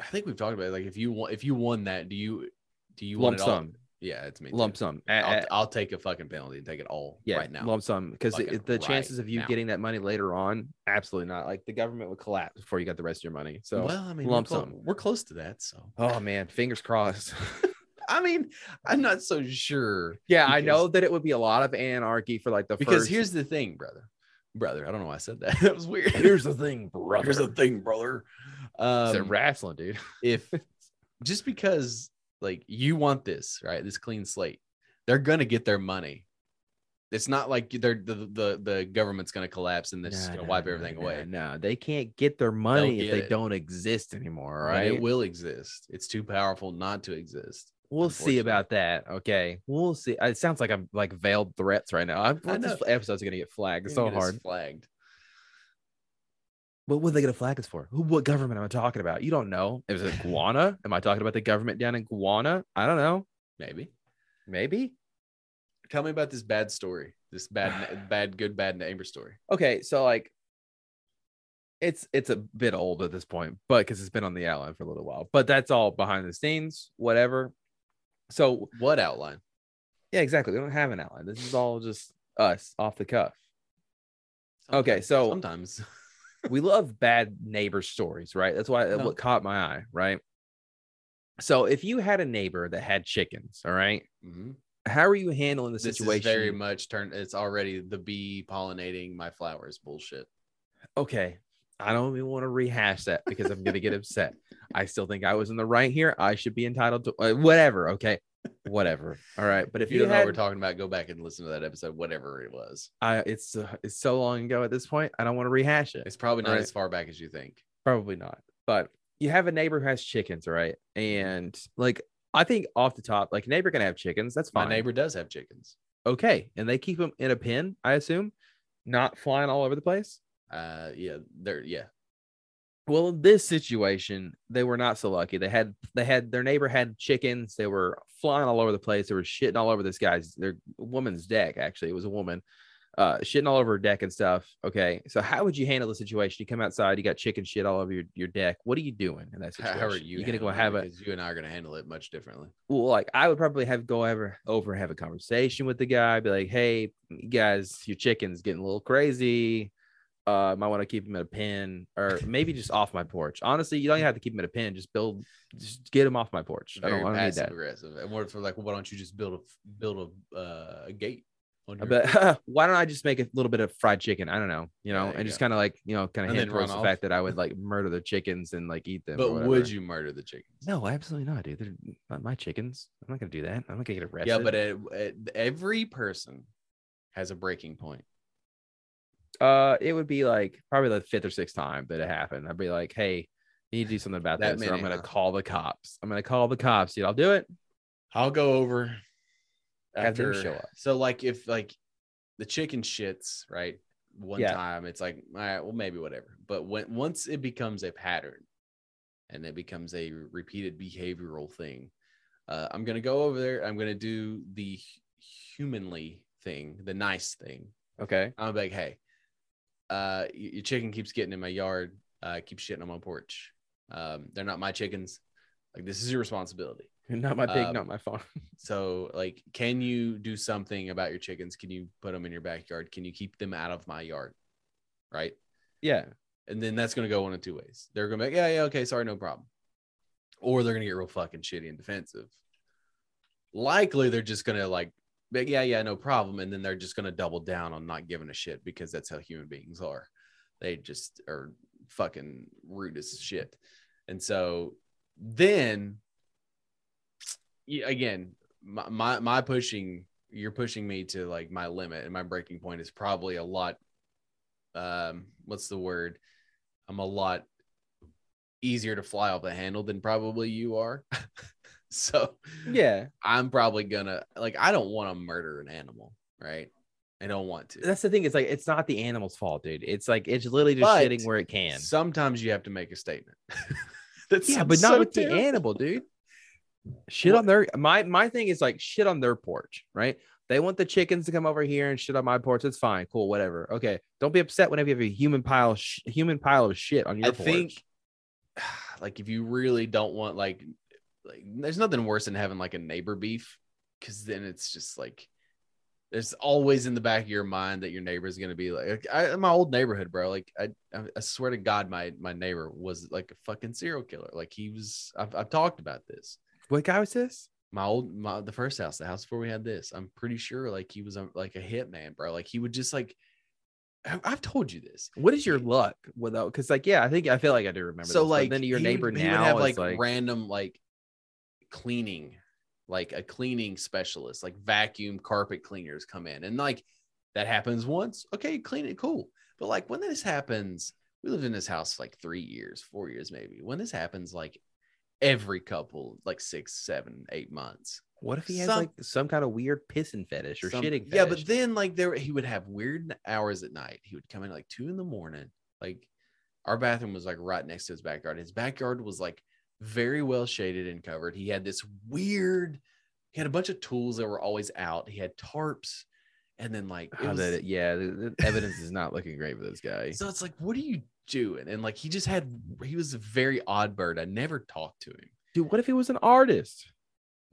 Speaker 1: I think we've talked about it. like if you want if you won that, do you do you
Speaker 2: lump
Speaker 1: want it all?
Speaker 2: sum,
Speaker 1: Yeah, it's me. too.
Speaker 2: lump sum. A-
Speaker 1: I'll,
Speaker 2: a-
Speaker 1: I'll take a fucking penalty and take it all right
Speaker 2: yeah,
Speaker 1: now.
Speaker 2: lump sum because
Speaker 1: Fucking
Speaker 2: the
Speaker 1: right
Speaker 2: chances of you
Speaker 1: now.
Speaker 2: getting that money later on, absolutely not. Like the government would collapse before you got the rest of your money. So,
Speaker 1: well, I mean,
Speaker 2: lump
Speaker 1: we're, clo-
Speaker 2: sum.
Speaker 1: we're close to that. So
Speaker 2: oh man,
Speaker 1: *laughs*
Speaker 2: fingers crossed. *laughs*
Speaker 1: I mean, I'm not so sure.
Speaker 2: yeah, I
Speaker 1: Because-
Speaker 2: know that it would be a lot of anarchy for like the
Speaker 1: Because
Speaker 2: first.
Speaker 1: here's the thing, brother. Brother, I don't know why I said that. *laughs* That was weird.
Speaker 2: here's the thing, brother.
Speaker 1: Here's the thing, brother.
Speaker 2: it's a
Speaker 1: Um,
Speaker 2: wrestling, dude. *laughs*
Speaker 1: if just because like you want this, right? This clean slate, they're gonna get their money. It's not like they're the the, the government's going to collapse and this is
Speaker 2: Nah,
Speaker 1: going to
Speaker 2: nah,
Speaker 1: wipe
Speaker 2: nah,
Speaker 1: everything
Speaker 2: nah,
Speaker 1: away.
Speaker 2: No, they can't get their money if
Speaker 1: get
Speaker 2: they
Speaker 1: it.
Speaker 2: don't exist anymore.
Speaker 1: All
Speaker 2: Right?
Speaker 1: right, it will exist. It's too powerful not to exist.
Speaker 2: We'll
Speaker 1: Unfortunately.
Speaker 2: see about that. Okay. We'll see. It sounds like I'm like veiled threats right now. I'm,
Speaker 1: I
Speaker 2: this
Speaker 1: know.
Speaker 2: episode's gonna get flagged
Speaker 1: You're
Speaker 2: so
Speaker 1: gonna get us
Speaker 2: hard.
Speaker 1: flagged.
Speaker 2: But what are they gonna flag us for? Who, what government am I talking about? You don't know. Is *laughs* it Guana? am I talking about the government down in Guana? I don't know.
Speaker 1: Maybe.
Speaker 2: Maybe.
Speaker 1: Tell me about this bad story. This
Speaker 2: *sighs*
Speaker 1: bad bad good bad neighbor story.
Speaker 2: Okay, so like, it's it's a bit old at this point, but because it's been on the outline for a little while. But that's all behind the scenes, whatever. So
Speaker 1: What outline?
Speaker 2: yeah, exactly. We don't have an outline. This is all just us off the cuff. Okay,
Speaker 1: Sometimes-
Speaker 2: so-
Speaker 1: sometimes *laughs*
Speaker 2: we love bad neighbor stories, right? That's why
Speaker 1: No.
Speaker 2: what caught my eye, right? So if you had a neighbor that had chickens, all right,
Speaker 1: Mhm.
Speaker 2: how are you handling the
Speaker 1: this
Speaker 2: situation?
Speaker 1: is very much turned. It's already the bee pollinating my flowers bullshit.
Speaker 2: okay, I don't even want to rehash that because I'm
Speaker 1: *laughs*
Speaker 2: gonna get upset. I still think I was in the right here. I should be entitled to uh, whatever. Okay, whatever. All right, but if
Speaker 1: If you,
Speaker 2: you,
Speaker 1: don't know what
Speaker 2: had,
Speaker 1: we're talking about, go back and listen to that episode, whatever it was.
Speaker 2: I, it's uh, it's so long ago at this point. I don't want to rehash it.
Speaker 1: It's probably not
Speaker 2: Right.
Speaker 1: as far back as you think.
Speaker 2: Probably not. But you have a neighbor who has chickens, right? And like I think off the top, like neighbor can have chickens. That's fine.
Speaker 1: My neighbor does have chickens.
Speaker 2: okay. And they keep them in a pen, I assume, not flying all over the place.
Speaker 1: Uh, yeah, they're yeah.
Speaker 2: Well, in this situation, they were not so lucky. They had they had their neighbor had chickens. They were flying all over the place. They were shitting all over this guy's their woman's deck. Actually, it was a woman, uh, shitting all over her deck and stuff. Okay, so how would you handle the situation? You come outside, you got chicken shit all over your, your deck. What are you doing in that
Speaker 1: How-
Speaker 2: situation?
Speaker 1: How are you?
Speaker 2: You gonna go
Speaker 1: handling
Speaker 2: have
Speaker 1: it?
Speaker 2: a
Speaker 1: 'Cause You and I are gonna handle it much differently.
Speaker 2: well, like I would probably have go over over and have a conversation with the guy, be like, hey you guys, your chicken's getting a little crazy. Uh, might want to keep him in a pen or maybe just off my porch. Honestly, you don't even have to keep him in a pen. Just build, just get him off my porch. I
Speaker 1: Very
Speaker 2: don't, I don't need
Speaker 1: passive
Speaker 2: that.
Speaker 1: aggressive. And what if we're like, well, why don't you just build a build a uh, a gate? On your,
Speaker 2: I
Speaker 1: *laughs*
Speaker 2: bet, *laughs* why don't I just make a little bit of fried chicken? I don't know, you know,
Speaker 1: there you
Speaker 2: and just
Speaker 1: go.
Speaker 2: kind of like, you know, kind of
Speaker 1: And
Speaker 2: hint
Speaker 1: then run
Speaker 2: towards the
Speaker 1: off.
Speaker 2: fact that I would like murder the chickens and like eat them. or
Speaker 1: but
Speaker 2: whatever.
Speaker 1: would you murder the chickens?
Speaker 2: No, absolutely not, dude. They're not my chickens. I'm not gonna do that. I'm not gonna get arrested.
Speaker 1: Yeah, but it, it- every person has a breaking point.
Speaker 2: Uh, it would be like probably the fifth or sixth time that it happened. I'd be like, "Hey, you need to do something about
Speaker 1: That
Speaker 2: this, or I'm
Speaker 1: many,
Speaker 2: gonna
Speaker 1: huh?
Speaker 2: call the cops. I'm gonna call the cops. You know, I'll do it.
Speaker 1: I'll go over
Speaker 2: Have them
Speaker 1: after
Speaker 2: show up.
Speaker 1: So like if like the chicken shits right one
Speaker 2: Yeah.
Speaker 1: time, it's like all right, well maybe whatever. But when once it becomes a pattern, and it becomes a repeated behavioral thing, uh, I'm gonna go over there. I'm gonna do the hu- humanly thing, the nice thing.
Speaker 2: Okay, *laughs*
Speaker 1: I'm like, hey, uh, y- your chicken keeps getting in my yard, uh, keeps shitting on my porch. Um, they're not my chickens. Like this is your responsibility.
Speaker 2: not my pig,
Speaker 1: Um,
Speaker 2: not my farm. *laughs*
Speaker 1: So, like, can you do something about your chickens? Can you put them in your backyard? Can you keep them out of my yard? Right.
Speaker 2: yeah,
Speaker 1: And then that's going to go one of two ways. They're going to be like, yeah, yeah, okay, sorry, no problem. Or they're going to get real fucking shitty and defensive. Likely they're just going to like, be like, yeah, yeah, no problem. And then they're just going to double down on not giving a shit because that's how human beings are. They just are fucking rude as shit. And so then yeah, again, my, my, my pushing, you're pushing me to like my limit and my breaking point is probably a lot. Um, what's the word? I'm a lot easier to fly off the handle than probably you are. *laughs* so
Speaker 2: yeah.
Speaker 1: I'm probably gonna like I don't want to murder an animal, right? I don't want to.
Speaker 2: That's the thing. It's like it's not the animal's fault, dude. It's like it's literally just
Speaker 1: But-
Speaker 2: shitting where it can.
Speaker 1: Sometimes you have to make a statement. *laughs* That's
Speaker 2: yeah, but not
Speaker 1: so
Speaker 2: with
Speaker 1: terrible.
Speaker 2: the animal, dude. Shit
Speaker 1: What-
Speaker 2: on their my my thing is like shit on their porch, right? They want the chickens to come over here and shit on my porch. It's fine, cool, whatever. Okay, don't be upset whenever you have a human pile, of sh- human pile of shit on your
Speaker 1: I
Speaker 2: porch.
Speaker 1: think *sighs* like if you really don't want like like there's nothing worse than having like a neighbor beef because then it's just like there's always in the back of your mind that your neighbor's gonna be like, like, I, my old neighborhood, bro. Like I, I- I swear to God, my my neighbor was like a fucking serial killer. Like he was. I've, I've talked about this.
Speaker 2: what guy was this?
Speaker 1: My old my the first house, the house before we had this. I'm pretty sure like he was a, like a hitman, bro. Like he would just like. I- I've told you this.
Speaker 2: What is your luck without? Because like, yeah, I think I feel like I do remember.
Speaker 1: So
Speaker 2: this, but
Speaker 1: like
Speaker 2: then your
Speaker 1: he
Speaker 2: neighbor
Speaker 1: would, he
Speaker 2: now
Speaker 1: would have like,
Speaker 2: is like,
Speaker 1: random like cleaning, like a cleaning specialist, like vacuum carpet cleaners come in and like That happens once. Okay, clean it, cool. But like when this happens, we lived in this house like three years, four years maybe. When this happens, like every couple, like six, seven, eight months.
Speaker 2: What if he has
Speaker 1: Some-
Speaker 2: like some kind of weird pissing fetish or
Speaker 1: Some-
Speaker 2: shitting fetish?
Speaker 1: Yeah, but then like there he would have weird hours at night. He would come in like two in the morning. Like our bathroom was like right next to his backyard. His backyard was like very well shaded and covered. He had this weird. He had a bunch of tools that were always out. He had tarps, and then like it
Speaker 2: How
Speaker 1: was-
Speaker 2: that- yeah,
Speaker 1: *laughs*
Speaker 2: the, the evidence is not looking great for this guy.
Speaker 1: so it's like, what are you doing? And like he just had. He was a very odd bird. I never talked to him.
Speaker 2: Dude, what if he was an artist?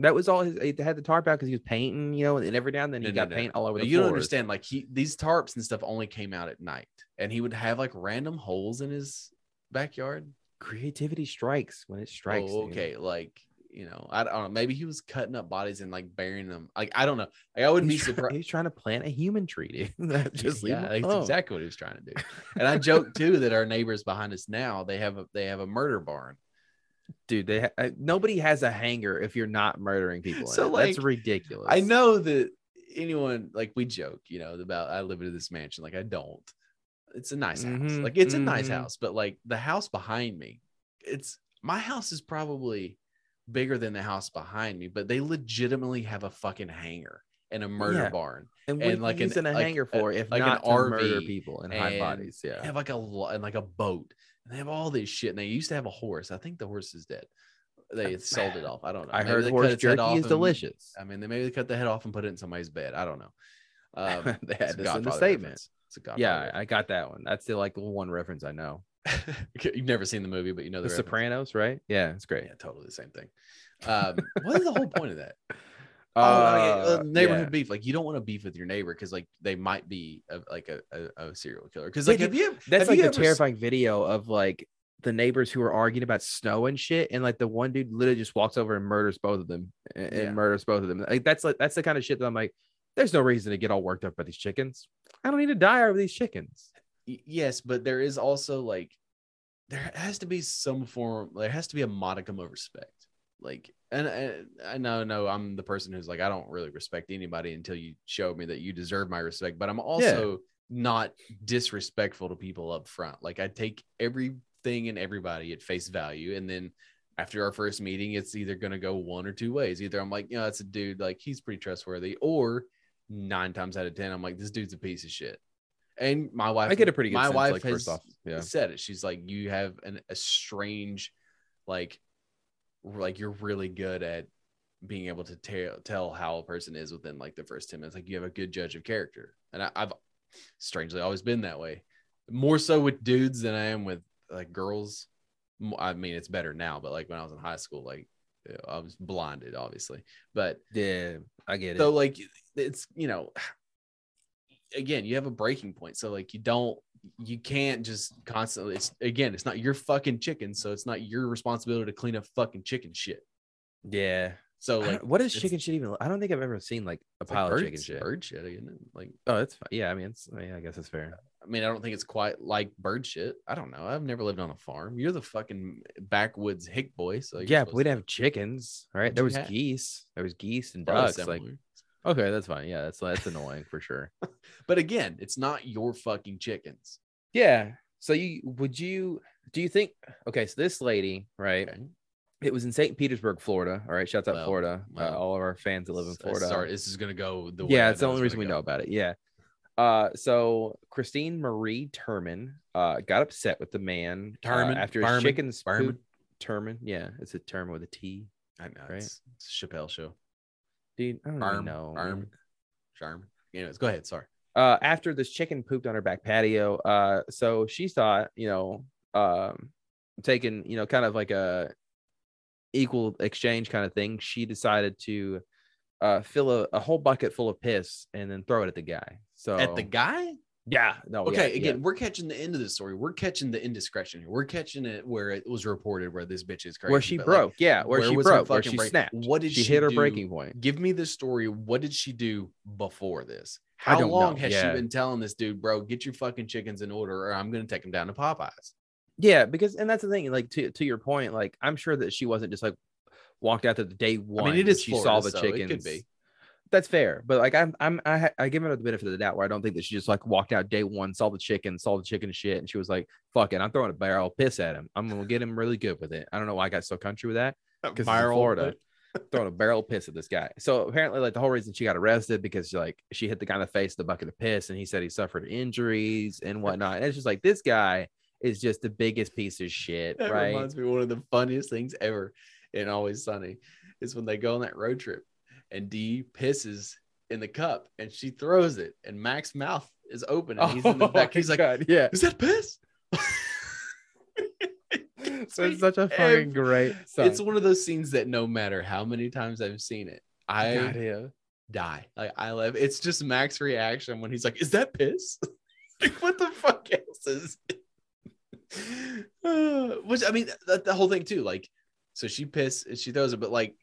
Speaker 2: That was all his. He had the tarp out because he was painting, you know, and every now and then he
Speaker 1: No, no,
Speaker 2: got
Speaker 1: no.
Speaker 2: paint all over the
Speaker 1: you don't
Speaker 2: floors.
Speaker 1: understand. Like he, these tarps and stuff only came out at night, and he would have like random holes in his backyard.
Speaker 2: Creativity strikes when it strikes.
Speaker 1: Oh,
Speaker 2: dude.
Speaker 1: okay, like you know, I don't know. Maybe he was cutting up bodies and like burying them. Like I don't know. Like, I wouldn't
Speaker 2: He's,
Speaker 1: be
Speaker 2: try-
Speaker 1: surprised.
Speaker 2: he's trying to plant a human tree,
Speaker 1: *laughs*
Speaker 2: dude. *laughs* Just leave
Speaker 1: yeah,
Speaker 2: him
Speaker 1: that's
Speaker 2: alone.
Speaker 1: exactly what he was trying to do. *laughs* And I joke too *laughs* that our neighbors behind us now they have a they have a murder barn.
Speaker 2: Dude, they ha- uh, nobody has a hanger if you're not murdering people. So
Speaker 1: So,
Speaker 2: that's
Speaker 1: like,
Speaker 2: ridiculous.
Speaker 1: I know that anyone like we joke, you know, about I live in this mansion. Like I don't. It's a nice house.
Speaker 2: Mhm,
Speaker 1: Like it's a nice
Speaker 2: mhm.
Speaker 1: house, but like the house behind me, it's my house is probably bigger than the house behind me, but they legitimately have a fucking hangar and a murder
Speaker 2: Yeah.
Speaker 1: barn.
Speaker 2: And what
Speaker 1: and like
Speaker 2: like
Speaker 1: an-
Speaker 2: using a
Speaker 1: like
Speaker 2: hanger
Speaker 1: a-
Speaker 2: for if
Speaker 1: like an
Speaker 2: not to murder
Speaker 1: RV
Speaker 2: people and hide
Speaker 1: and-
Speaker 2: bodies?
Speaker 1: They
Speaker 2: Yeah.
Speaker 1: have like a lo- and like a boat, and they have all this shit. And they used to have a horse. I think the horse is dead. They sold it off. I don't know.
Speaker 2: I
Speaker 1: Maybe
Speaker 2: heard
Speaker 1: they cut
Speaker 2: horse
Speaker 1: its head
Speaker 2: jerky
Speaker 1: off
Speaker 2: is
Speaker 1: and-
Speaker 2: delicious.
Speaker 1: I mean, they maybe they cut the head off and put it in somebody's bed. I don't know. Um,
Speaker 2: *laughs* They
Speaker 1: it's
Speaker 2: had
Speaker 1: a
Speaker 2: this in the
Speaker 1: Godfather
Speaker 2: statement.
Speaker 1: reference. It's a Godfather.
Speaker 2: Yeah, I got that one. That's the like one reference I know.
Speaker 1: reference. *laughs* you've never seen the movie, but you know
Speaker 2: The
Speaker 1: the, reference.
Speaker 2: Sopranos, right? Yeah, it's great.
Speaker 1: Yeah, totally the same thing. Um, what is the whole point of
Speaker 2: *laughs*
Speaker 1: that?
Speaker 2: Uh,
Speaker 1: oh, okay, uh, neighborhood
Speaker 2: yeah.
Speaker 1: beef. Like you don't want to beef with your neighbor because like they might be a, like a, a, a serial killer. Because
Speaker 2: Yeah,
Speaker 1: like
Speaker 2: dude,
Speaker 1: have you
Speaker 2: That's
Speaker 1: have
Speaker 2: like
Speaker 1: you
Speaker 2: the
Speaker 1: ever s-
Speaker 2: terrifying video of like the neighbors who are arguing about snow and shit, and like the one dude literally just walks over and murders both of them a- and,
Speaker 1: Yeah.
Speaker 2: murders both of them. Like that's like that's the kind of shit that I'm like, there's no reason to get all worked up by these chickens. I don't need to die over these chickens.
Speaker 1: Y- yes, but there is also like there has to be some form. There has to be a modicum of respect. Like, and and I know, no, I'm the person who's like, I don't really respect anybody until you show me that you deserve my respect. But I'm also not disrespectful to people up front. Like, I take everything and everybody at face value, and then. After our first meeting, it's either going to go one or two ways. Either I'm like, yeah, that's a dude, like he's pretty trustworthy, or nine times out of ten, I'm like, this dude's a piece of shit. And my wife,
Speaker 2: I get a pretty good
Speaker 1: my
Speaker 2: sense,
Speaker 1: wife
Speaker 2: like,
Speaker 1: has
Speaker 2: first off. Yeah.
Speaker 1: said it. She's like, you have an, a strange, like, r- like you're really good at being able to tell tell how a person is within like the first ten minutes. Like you have a good judge of character, and I, I've strangely always been that way, more so with dudes than I am with like girls. Mo- I mean, it's better now, but like when I was in high school, like I was blinded, obviously, but
Speaker 2: Yeah, I get
Speaker 1: so like it's you know *sighs* again you have a breaking point so like you don't you can't just constantly it's again it's not your fucking chicken so it's not your responsibility to clean up fucking chicken shit
Speaker 2: yeah.
Speaker 1: so
Speaker 2: I don't-
Speaker 1: like
Speaker 2: what is
Speaker 1: it's-
Speaker 2: chicken shit even? I don't think I've ever seen like a
Speaker 1: it's
Speaker 2: pile
Speaker 1: like
Speaker 2: of
Speaker 1: bird,
Speaker 2: chicken shit.
Speaker 1: bird shit isn't it? like
Speaker 2: Oh, that's fine. Yeah, I mean, it's, I, mean, I guess it's fair.
Speaker 1: i mean i don't think it's quite like bird shit i don't know i've never lived on a farm you're the fucking backwoods hick boy so you're
Speaker 2: yeah, but
Speaker 1: supposed
Speaker 2: we
Speaker 1: to-
Speaker 2: didn't have chickens, all right?
Speaker 1: What'd
Speaker 2: There
Speaker 1: you
Speaker 2: was
Speaker 1: have?
Speaker 2: geese. There was geese and
Speaker 1: probably
Speaker 2: ducks. Like,
Speaker 1: similar.
Speaker 2: okay, that's fine. Yeah, that's that's annoying for sure.
Speaker 1: but again it's not your fucking chickens
Speaker 2: Yeah. So you would you do you think okay, so this lady, right?
Speaker 1: okay?
Speaker 2: It was in St. Petersburg, Florida. All right, shouts out
Speaker 1: Well,
Speaker 2: Florida.
Speaker 1: well,
Speaker 2: uh, all of our fans that live in
Speaker 1: S- uh,
Speaker 2: Florida.
Speaker 1: sorry this is gonna go the way
Speaker 2: yeah,
Speaker 1: I
Speaker 2: it's the
Speaker 1: know
Speaker 2: only
Speaker 1: it's
Speaker 2: reason
Speaker 1: gonna
Speaker 2: we
Speaker 1: go.
Speaker 2: know about it. Yeah. Uh, so Christine Marie Turman uh, got upset with the man uh,
Speaker 1: Turman,
Speaker 2: after his
Speaker 1: Berman,
Speaker 2: chickens
Speaker 1: Berman.
Speaker 2: pooped- Turman. Yeah, it's a Turman with a T.
Speaker 1: I know.
Speaker 2: Right?
Speaker 1: It's, it's a Chappelle show.
Speaker 2: Dude, I don't even
Speaker 1: Arm,
Speaker 2: know. man.
Speaker 1: arm, charm. Anyways, go ahead. Sorry.
Speaker 2: uh, after this chicken pooped on her back patio. Uh, so she thought, you know, um, taking, you know, kind of like a equal exchange kind of thing. She decided to uh, fill a, a whole bucket full of piss and then throw it at the guy. So
Speaker 1: At the guy?
Speaker 2: yeah, no, Oh. yeah,
Speaker 1: Okay,
Speaker 2: yeah.
Speaker 1: again, we're catching the end of the story. We're catching the indiscretion here. We're catching it where it was reported where this bitch is crazy.
Speaker 2: where she
Speaker 1: but, like,
Speaker 2: broke, yeah, where, she
Speaker 1: was her
Speaker 2: broke, where
Speaker 1: fucking
Speaker 2: she
Speaker 1: break-
Speaker 2: snapped.
Speaker 1: What did
Speaker 2: She
Speaker 1: she,
Speaker 2: hit her
Speaker 1: do?
Speaker 2: breaking point.
Speaker 1: Give me the story. What did she do before this? How
Speaker 2: don't
Speaker 1: long
Speaker 2: know.
Speaker 1: has
Speaker 2: Yeah.
Speaker 1: she been telling this dude, bro, get your fucking chickens in order or I'm going to take them down to Popeyes?
Speaker 2: Yeah, because and that's the thing. Like to to your point, like I'm sure that she wasn't just like walked out there the day one.
Speaker 1: it
Speaker 2: and
Speaker 1: is
Speaker 2: she
Speaker 1: Florida,
Speaker 2: saw the
Speaker 1: so it could
Speaker 2: chickens.
Speaker 1: be.
Speaker 2: that's fair, but like I'm, I'm, I, ha- I give her the benefit of the doubt where I don't think that she just like walked out day one, saw the chicken, saw the chicken shit, and she was like, "Fuck it, I'm throwing a barrel piss at him. I'm gonna get him really good with it." I don't know why I got so country with that because Florida *laughs* throwing a barrel piss at this guy. So apparently, like the whole reason she got arrested because she, like she hit the guy in the face with a bucket of piss, and he said he suffered injuries
Speaker 1: *laughs*
Speaker 2: and whatnot. And it's just like this guy is just the biggest piece of shit,
Speaker 1: That
Speaker 2: right? *laughs*
Speaker 1: reminds me of one of the funniest things ever in Always Sunny is when they go on that road trip and Dee pisses in the cup and she throws it and Mac's mouth is open and he's in the
Speaker 2: *laughs* Oh
Speaker 1: back.
Speaker 2: my
Speaker 1: He's like,
Speaker 2: God,
Speaker 1: *laughs*
Speaker 2: yeah.
Speaker 1: "Is that piss?"
Speaker 2: So it's such a fucking
Speaker 1: Every-
Speaker 2: great. Song.
Speaker 1: It's one of those scenes that no matter how many times I've seen it, I
Speaker 2: God, yeah.
Speaker 1: die. Like I live. It's just Mac's reaction when he's like, "Is that piss?" *laughs* like what the fuck else is? Uh, *sighs* which I mean, that the whole thing too. Like, so she piss and she throws it, but like,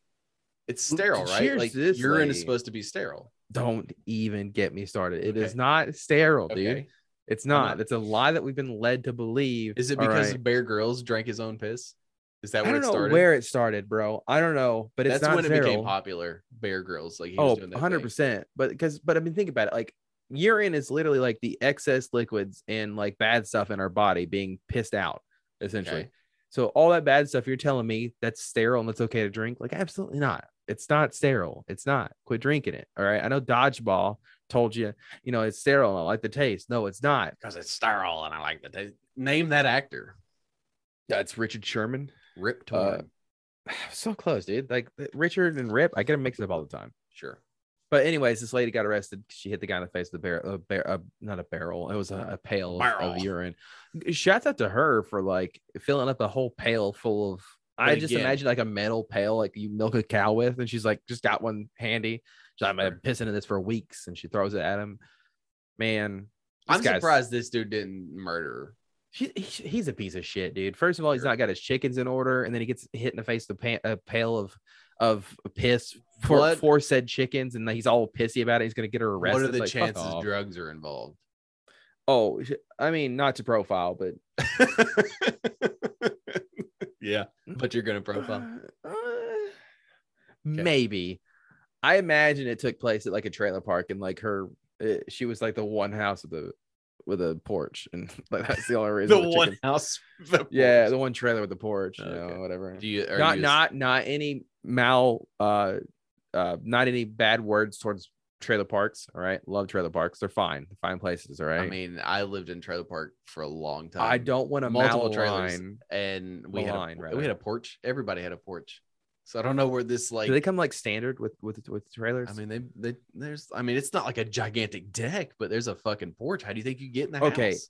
Speaker 1: it's
Speaker 2: Well,
Speaker 1: sterile, right?
Speaker 2: cheers
Speaker 1: Like
Speaker 2: to this
Speaker 1: urine is
Speaker 2: lady.
Speaker 1: supposed to be sterile.
Speaker 2: Don't even get me started. It is
Speaker 1: Okay.
Speaker 2: not sterile, dude.
Speaker 1: Okay.
Speaker 2: It's
Speaker 1: not?
Speaker 2: not. It's a lie that we've been led to believe.
Speaker 1: Is it
Speaker 2: All
Speaker 1: because
Speaker 2: right.
Speaker 1: Bear Grylls drank his own piss? Is that
Speaker 2: I
Speaker 1: where
Speaker 2: don't
Speaker 1: it
Speaker 2: know
Speaker 1: started?
Speaker 2: where it started, bro? I don't know, but it's
Speaker 1: That's
Speaker 2: not
Speaker 1: when it
Speaker 2: sterile.
Speaker 1: became popular. Bear Grylls, like he was
Speaker 2: Oh,
Speaker 1: doing that
Speaker 2: 100
Speaker 1: 100%.
Speaker 2: percent. But because but I mean, think about it. Like urine is literally like the excess liquids and like bad stuff in our body being pissed out, essentially.
Speaker 1: Okay.
Speaker 2: So all that bad stuff you're telling me that's sterile and that's okay to drink? Like absolutely not. It's not sterile. It's not. Quit drinking it. All right. I know dodgeball told you, you know, it's sterile. and I like the taste. No, it's not.
Speaker 1: because it's sterile and I like the taste. Name that actor.
Speaker 2: That's Richard Sherman. *sighs*
Speaker 1: Rip
Speaker 2: Uh,
Speaker 1: Torn.
Speaker 2: so close, dude. Like Richard and Rip, I get them mixed up all the time.
Speaker 1: sure.
Speaker 2: But anyways, this lady got arrested. She hit the guy in the face with a barrel, a bar- a, not a barrel. It was a, a pail of- of,
Speaker 1: Barrel.
Speaker 2: urine. Shouts out to her for like filling up a whole pail full of. I
Speaker 1: But
Speaker 2: just
Speaker 1: again-
Speaker 2: imagine like a metal pail, like you milk a cow with, and she's like, just got one handy. She's like, I've been pissing in this for weeks, and she throws it at him. Man, this
Speaker 1: I'm
Speaker 2: guy's-
Speaker 1: surprised this dude didn't murder her.
Speaker 2: He, he- he's a piece of shit, dude. First of all, he's
Speaker 1: Sure.
Speaker 2: not got his chickens in order, and then he gets hit in the face with a, pan, a pail of of piss for
Speaker 1: What-
Speaker 2: for said chickens, and he's all pissy about it. He's gonna get her arrested.
Speaker 1: What are the
Speaker 2: Like, fuck
Speaker 1: chances
Speaker 2: off.
Speaker 1: drugs are
Speaker 2: *laughs*
Speaker 1: involved?
Speaker 2: oh, sh- I mean, not to profile, but
Speaker 1: yeah, but you're gonna profile.
Speaker 2: Uh, maybe. I imagine it took place at like a trailer park, and like her, uh she was like the one house with a with a porch, and *laughs* like that's the only reason. the chicken-
Speaker 1: house.
Speaker 2: *laughs* yeah, the one trailer with the porch, you
Speaker 1: Okay.
Speaker 2: know, whatever.
Speaker 1: Do you are
Speaker 2: not
Speaker 1: you-
Speaker 2: not not any mal uh uh not any bad words towards trailer parks all right love trailer parks they're fine they're fine places all right
Speaker 1: I mean, I lived in trailer park for a long time.
Speaker 2: I don't want to
Speaker 1: multiple
Speaker 2: multiple
Speaker 1: trailers.
Speaker 2: line.
Speaker 1: and we had a,
Speaker 2: Malign,
Speaker 1: we
Speaker 2: rather.
Speaker 1: had a porch. Everybody had a porch, so I don't know where this like.
Speaker 2: do they come like standard with with with trailers
Speaker 1: I mean, they they there's. I mean, it's not like a gigantic deck, but there's a fucking porch. How do you think you get in the
Speaker 2: Okay.
Speaker 1: house?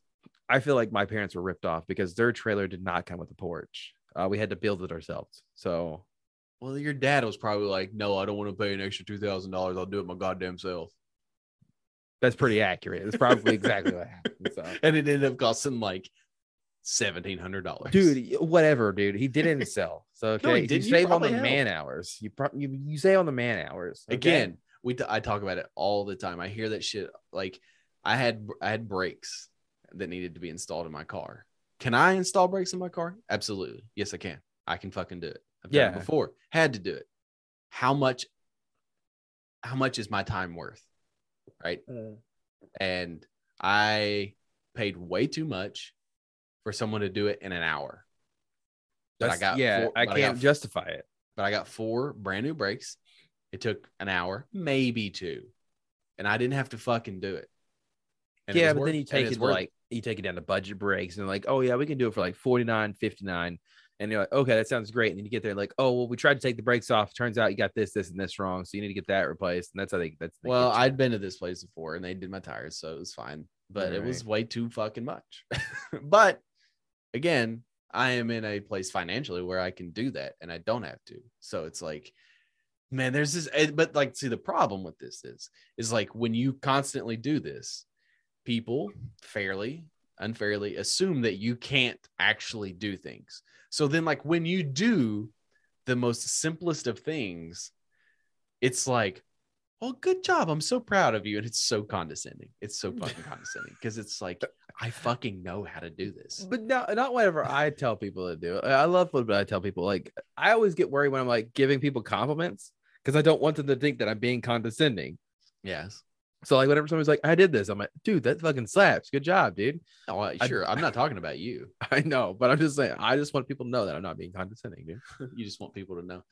Speaker 2: i feel like my parents were ripped off because their trailer did not come with a porch uh we had to build it ourselves so
Speaker 1: Well, your dad was probably like, "No, I don't want to pay an extra two thousand dollars. I'll do it my goddamn self."
Speaker 2: that's pretty accurate it's probably exactly what happened *laughs*
Speaker 1: *laughs*
Speaker 2: so
Speaker 1: and it ended up costing like seventeen hundred dollars.
Speaker 2: dude y- whatever dude he did it himself so okay
Speaker 1: he
Speaker 2: you
Speaker 1: didn't. You
Speaker 2: save on the
Speaker 1: probably helped.
Speaker 2: man hours you probably you, you save on the man hours okay?
Speaker 1: again, we t- I talk about it all the time. I hear that shit. Like, I had I had brakes that needed to be installed in my car. Can I install brakes in my car? Absolutely. Yes, I can. I can fucking do it. I've done
Speaker 2: Yeah.
Speaker 1: it before. Had to do it. How much? How much is my time worth? Right. and I paid way too much for someone to do it in an hour. But I
Speaker 2: That's-
Speaker 1: got
Speaker 2: yeah,
Speaker 1: four-
Speaker 2: I
Speaker 1: but
Speaker 2: can't
Speaker 1: got,
Speaker 2: justify it.
Speaker 1: but I got four brand new brakes. It took an hour, maybe two, and I didn't have to fucking do it. And it
Speaker 2: yeah,
Speaker 1: was
Speaker 2: but
Speaker 1: worth-
Speaker 2: then you
Speaker 1: and
Speaker 2: take it
Speaker 1: it's
Speaker 2: to,
Speaker 1: worth
Speaker 2: like you take it down to budget breaks and like, oh yeah, we can do it for like 49, 59. And you're like, okay, that sounds great. And then you get there like, oh well, we tried to take the brakes off. Turns out you got this, this, and this wrong. So you need to get that replaced. And that's how they that's how they
Speaker 1: Well,
Speaker 2: get you.
Speaker 1: I'd been to this place before and they did my tires, so it was fine. But it was way too fucking much. *laughs* but again, I am in a place financially where I can do that and I don't have to. So it's like, man, there's this. eh, But like, see, the problem with this is, is like when you constantly do this, people fairly, unfairly assume that you can't actually do things. So then, like, when you do the most simplest of things, it's like, well, good job. I'm so proud of you. And it's so condescending. It's *laughs* so fucking condescending because it's like, I fucking know how to do this.
Speaker 2: but not not whatever I tell people to do. I I love what I tell people. Like I always get worried when I'm like giving people compliments because I don't want them to think that I'm being condescending.
Speaker 1: Yes.
Speaker 2: So like whenever somebody's like, I did this, I'm like, dude, that fucking slaps. Good job, dude. *laughs*
Speaker 1: No, Oh, I-
Speaker 2: I-
Speaker 1: sure. I'm not talking about *laughs* you.
Speaker 2: I know, but I'm just saying, I just want people to know that I'm not being condescending, dude.
Speaker 1: You just want people to know.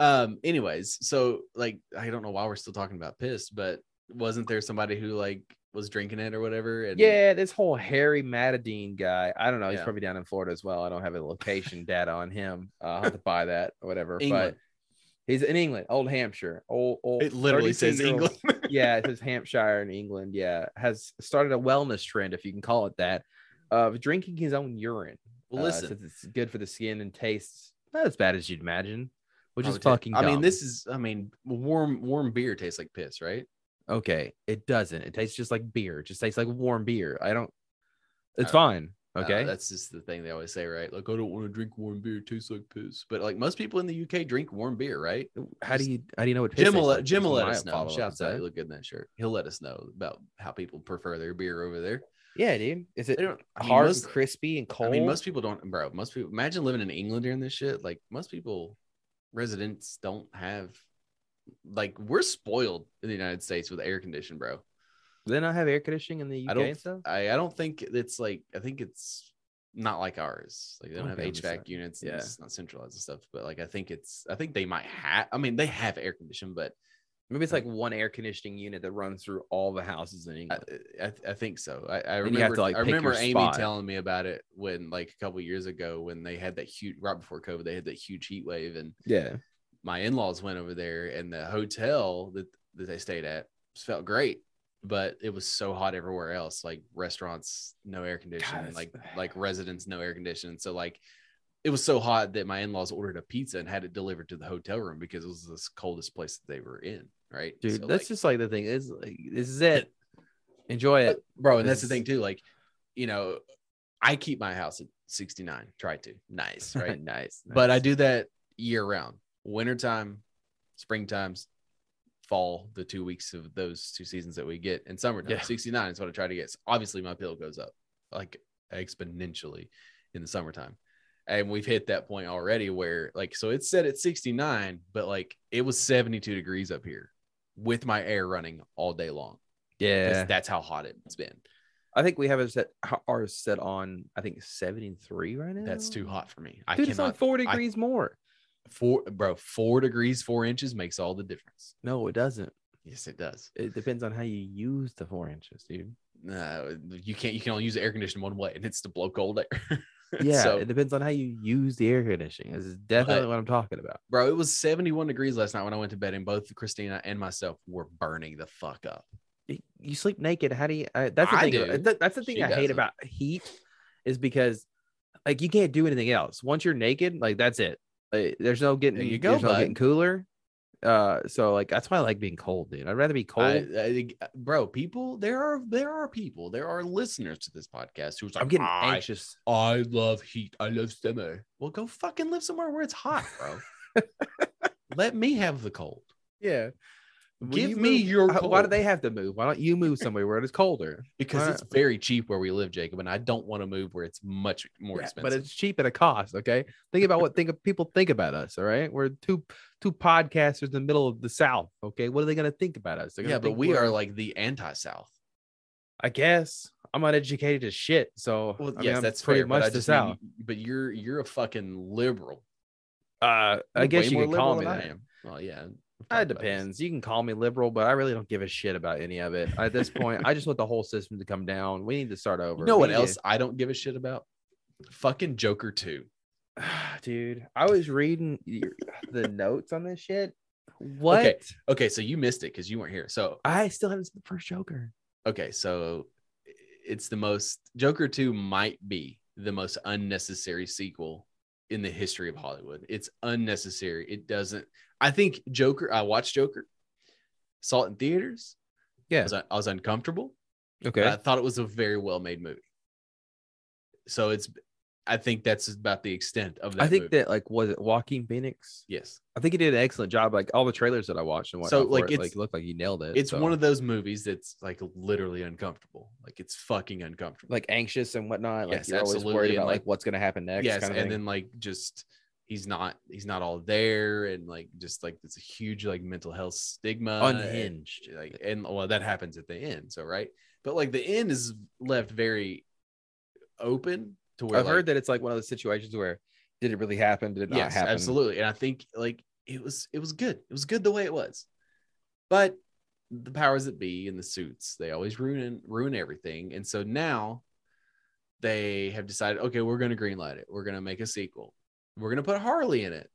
Speaker 1: Um. Anyways, so like, I don't know why we're still talking about piss, but wasn't there somebody who like was drinking it or whatever? And
Speaker 2: Yeah, this whole Harry Matadine guy. I don't know. He's
Speaker 1: Yeah.
Speaker 2: probably down in Florida as well. I don't have a location data on him. Uh, I'll have to buy that or whatever.
Speaker 1: England.
Speaker 2: But he's in England, old Hampshire. Old, old
Speaker 1: it literally says
Speaker 2: 32-year-old
Speaker 1: England.
Speaker 2: yeah, it says Hampshire in England. Yeah, has started a wellness trend, if you can call it that, of drinking his own urine.
Speaker 1: *laughs* Well,
Speaker 2: uh,
Speaker 1: listen,
Speaker 2: since it's good for the skin and tastes not as bad as you'd imagine, which is
Speaker 1: probably ta-
Speaker 2: fucking.
Speaker 1: I mean,
Speaker 2: dumb.
Speaker 1: this is. I mean, warm warm beer tastes like piss, right?
Speaker 2: okay. It doesn't. It tastes just like beer. It just tastes like warm beer. I don't. It's
Speaker 1: Uh,
Speaker 2: fine.
Speaker 1: I don't
Speaker 2: Okay.
Speaker 1: know, that's just the thing they always say, right? Like, I don't want to drink warm beer. It tastes like piss. But like most people in the UK drink warm beer, right?
Speaker 2: how do
Speaker 1: just-
Speaker 2: you how do you know what
Speaker 1: Jim will,
Speaker 2: let,
Speaker 1: let- Jim will let us know. Shouts out. You look good in that shirt. He'll let us know about how people prefer their beer over there.
Speaker 2: Yeah, dude. Is it
Speaker 1: They don't, I mean,
Speaker 2: hard
Speaker 1: most-
Speaker 2: and crispy and cold?
Speaker 1: I mean, most people don't, bro. Most people imagine living in England during this shit. Like most people, residents don't have. Like we're spoiled in the United States with air condition, bro.
Speaker 2: Do they not have air conditioning in the
Speaker 1: I
Speaker 2: UK
Speaker 1: don't-
Speaker 2: and stuff?
Speaker 1: I I don't think it's like I think it's not like ours. Like they don't
Speaker 2: Okay, I'm
Speaker 1: have
Speaker 2: just
Speaker 1: HVAC
Speaker 2: saying.
Speaker 1: units. Yeah,
Speaker 2: Yeah.
Speaker 1: it's not centralized and stuff. But like I think it's I think they might have. I mean, they have air condition, but
Speaker 2: Maybe it's like one air conditioning unit that runs through all the houses in
Speaker 1: I,
Speaker 2: England.
Speaker 1: I, I think so. I, I
Speaker 2: And you have
Speaker 1: remember.
Speaker 2: to, like,
Speaker 1: I
Speaker 2: pick your
Speaker 1: remember Amy
Speaker 2: spot.
Speaker 1: telling me about it when, like, a couple years ago, when they had that huge right before COVID, they had that huge heat wave, and
Speaker 2: yeah.
Speaker 1: my in-laws went over there, and the hotel that that they stayed at felt great, but it was so hot everywhere else. Like restaurants, no air conditioning.
Speaker 2: that's-
Speaker 1: Like like residents, no air conditioning. So like. It was so hot that my in-laws ordered a pizza and had it delivered to the hotel room because it was the coldest place that they were in, right?
Speaker 2: Dude,
Speaker 1: So,
Speaker 2: that's
Speaker 1: like-
Speaker 2: just like the thing. Is like, this is it. Enjoy
Speaker 1: *laughs*
Speaker 2: it.
Speaker 1: bro and that's the
Speaker 2: This-
Speaker 1: thing too like you know i keep my house at 69 try to
Speaker 2: *laughs*
Speaker 1: nice right
Speaker 2: nice,
Speaker 1: but i
Speaker 2: nice.
Speaker 1: do that year round wintertime springtimes fall the two weeks of those two seasons that we get and summertime
Speaker 2: Yeah.
Speaker 1: 69 is what i try to get so obviously my bill goes up like exponentially in the summertime and we've hit that point already where like so it's set at 69 but like it was 72 degrees up here with my air running all day long 'cause
Speaker 2: Yeah.
Speaker 1: that's how hot it's been
Speaker 2: I think we have it set ours set on I think 73 right now.
Speaker 1: That's too hot for me. I
Speaker 2: Dude, it's
Speaker 1: cannot.
Speaker 2: like four
Speaker 1: I-
Speaker 2: degrees more.
Speaker 1: four, bro. Four degrees, four inches makes all the difference.
Speaker 2: No, it doesn't.
Speaker 1: Yes, it does.
Speaker 2: It depends on how you use the four inches, dude.
Speaker 1: No, you can't. You can only use air conditioning one way, and it's to blow cold air. *laughs*
Speaker 2: *laughs* Yeah,
Speaker 1: So-
Speaker 2: it depends on how you use the air conditioning. This is definitely
Speaker 1: But-
Speaker 2: what I'm talking about.
Speaker 1: bro, it was seventy-one degrees last night when I went to bed, and both Christina and myself were burning the fuck up.
Speaker 2: Y- You sleep naked. How do you? I, that's the
Speaker 1: I
Speaker 2: thing.
Speaker 1: do.
Speaker 2: that- that's the thing
Speaker 1: She
Speaker 2: I hate
Speaker 1: doesn't.
Speaker 2: about heat, is because like you can't do anything else. Once you're naked, like that's it. Like, there's no getting.
Speaker 1: you go,
Speaker 2: There's no
Speaker 1: bud.
Speaker 2: getting cooler. Uh, so like that's why I like being cold, dude. I'd rather be cold.
Speaker 1: I, I, think- bro, people, there are there are people, there are listeners to this podcast who's like,
Speaker 2: I'm getting
Speaker 1: I,
Speaker 2: anxious.
Speaker 1: I love heat. I love summer. Well, go fucking live somewhere where it's hot, bro. *laughs* Let me have the cold.
Speaker 2: Yeah.
Speaker 1: Give me your. Cold.
Speaker 2: Why do they have to move? Why don't you move somewhere where it's colder?
Speaker 1: because
Speaker 2: Why
Speaker 1: it's very cheap where we live, Jacob, and I don't want to move where it's much more
Speaker 2: Yeah,
Speaker 1: expensive.
Speaker 2: but it's cheap at a cost. Okay, think about what think of people think about us. All right, we're two two podcasters in the middle of the South. Okay, what are they gonna think about us? They're gonna
Speaker 1: yeah, but
Speaker 2: think
Speaker 1: we
Speaker 2: we're-
Speaker 1: are like the anti-South.
Speaker 2: I guess I'm uneducated as shit. So
Speaker 1: Well,
Speaker 2: I mean,
Speaker 1: yes,
Speaker 2: I'm
Speaker 1: that's
Speaker 2: pretty
Speaker 1: fair, but I
Speaker 2: much the
Speaker 1: just mean-
Speaker 2: South.
Speaker 1: but you're you're a fucking liberal.
Speaker 2: Uh, I
Speaker 1: You're
Speaker 2: guess
Speaker 1: way
Speaker 2: you
Speaker 1: more
Speaker 2: can call
Speaker 1: liberal than
Speaker 2: me that.
Speaker 1: I am. Well, yeah, we've talked
Speaker 2: It
Speaker 1: about this.
Speaker 2: depends. You can call me liberal, but I really don't give a shit about any of it at this point. I just want the whole system to come down. We need to *sighs* start over.
Speaker 1: You know
Speaker 2: We
Speaker 1: what
Speaker 2: need
Speaker 1: else I don't give a shit about? Fucking Joker two.
Speaker 2: to- dude? I was reading your- the notes on this shit. What?
Speaker 1: Okay, so you missed it because you weren't here. So
Speaker 2: I still haven't seen the first Joker.
Speaker 1: okay, so it's the most Joker two might be the most unnecessary sequel in the history of Hollywood. It's unnecessary. It doesn't. I think Joker. I watched Joker, saw it in theaters. I
Speaker 2: Yeah.
Speaker 1: was, I was uncomfortable.
Speaker 2: Okay.
Speaker 1: but I thought it was a very well made movie. So it's. I think that's about the extent of that.
Speaker 2: I think
Speaker 1: movie.
Speaker 2: that like was it Joaquin Phoenix?
Speaker 1: yes,
Speaker 2: I think he did an excellent job. Like all the trailers that I watched and
Speaker 1: So,
Speaker 2: whatnot, so
Speaker 1: like,
Speaker 2: like it,
Speaker 1: it's-
Speaker 2: like looked like he nailed it.
Speaker 1: it's
Speaker 2: so.
Speaker 1: one of those movies that's like literally uncomfortable. Like it's fucking uncomfortable.
Speaker 2: like anxious and whatnot. Like
Speaker 1: Yes,
Speaker 2: you're always
Speaker 1: absolutely,
Speaker 2: worried
Speaker 1: and,
Speaker 2: about like,
Speaker 1: like-
Speaker 2: what's gonna happen next.
Speaker 1: yes,
Speaker 2: kind of
Speaker 1: and
Speaker 2: thing.
Speaker 1: then like just he's not he's not all there and like just like it's a huge like mental health stigma
Speaker 2: uh,
Speaker 1: and-
Speaker 2: unhinged.
Speaker 1: like and well that happens at the end so right but like the end is left very open to where
Speaker 2: I've
Speaker 1: like,
Speaker 2: heard that it's like one of those situations where did it really happen? Did it not
Speaker 1: yes
Speaker 2: happen?
Speaker 1: absolutely and i think like it was it was good it was good the way it was but the powers that be and the suits they always ruin ruin everything and so now they have decided okay we're going to greenlight it we're going to make a sequel we're going to put harley in it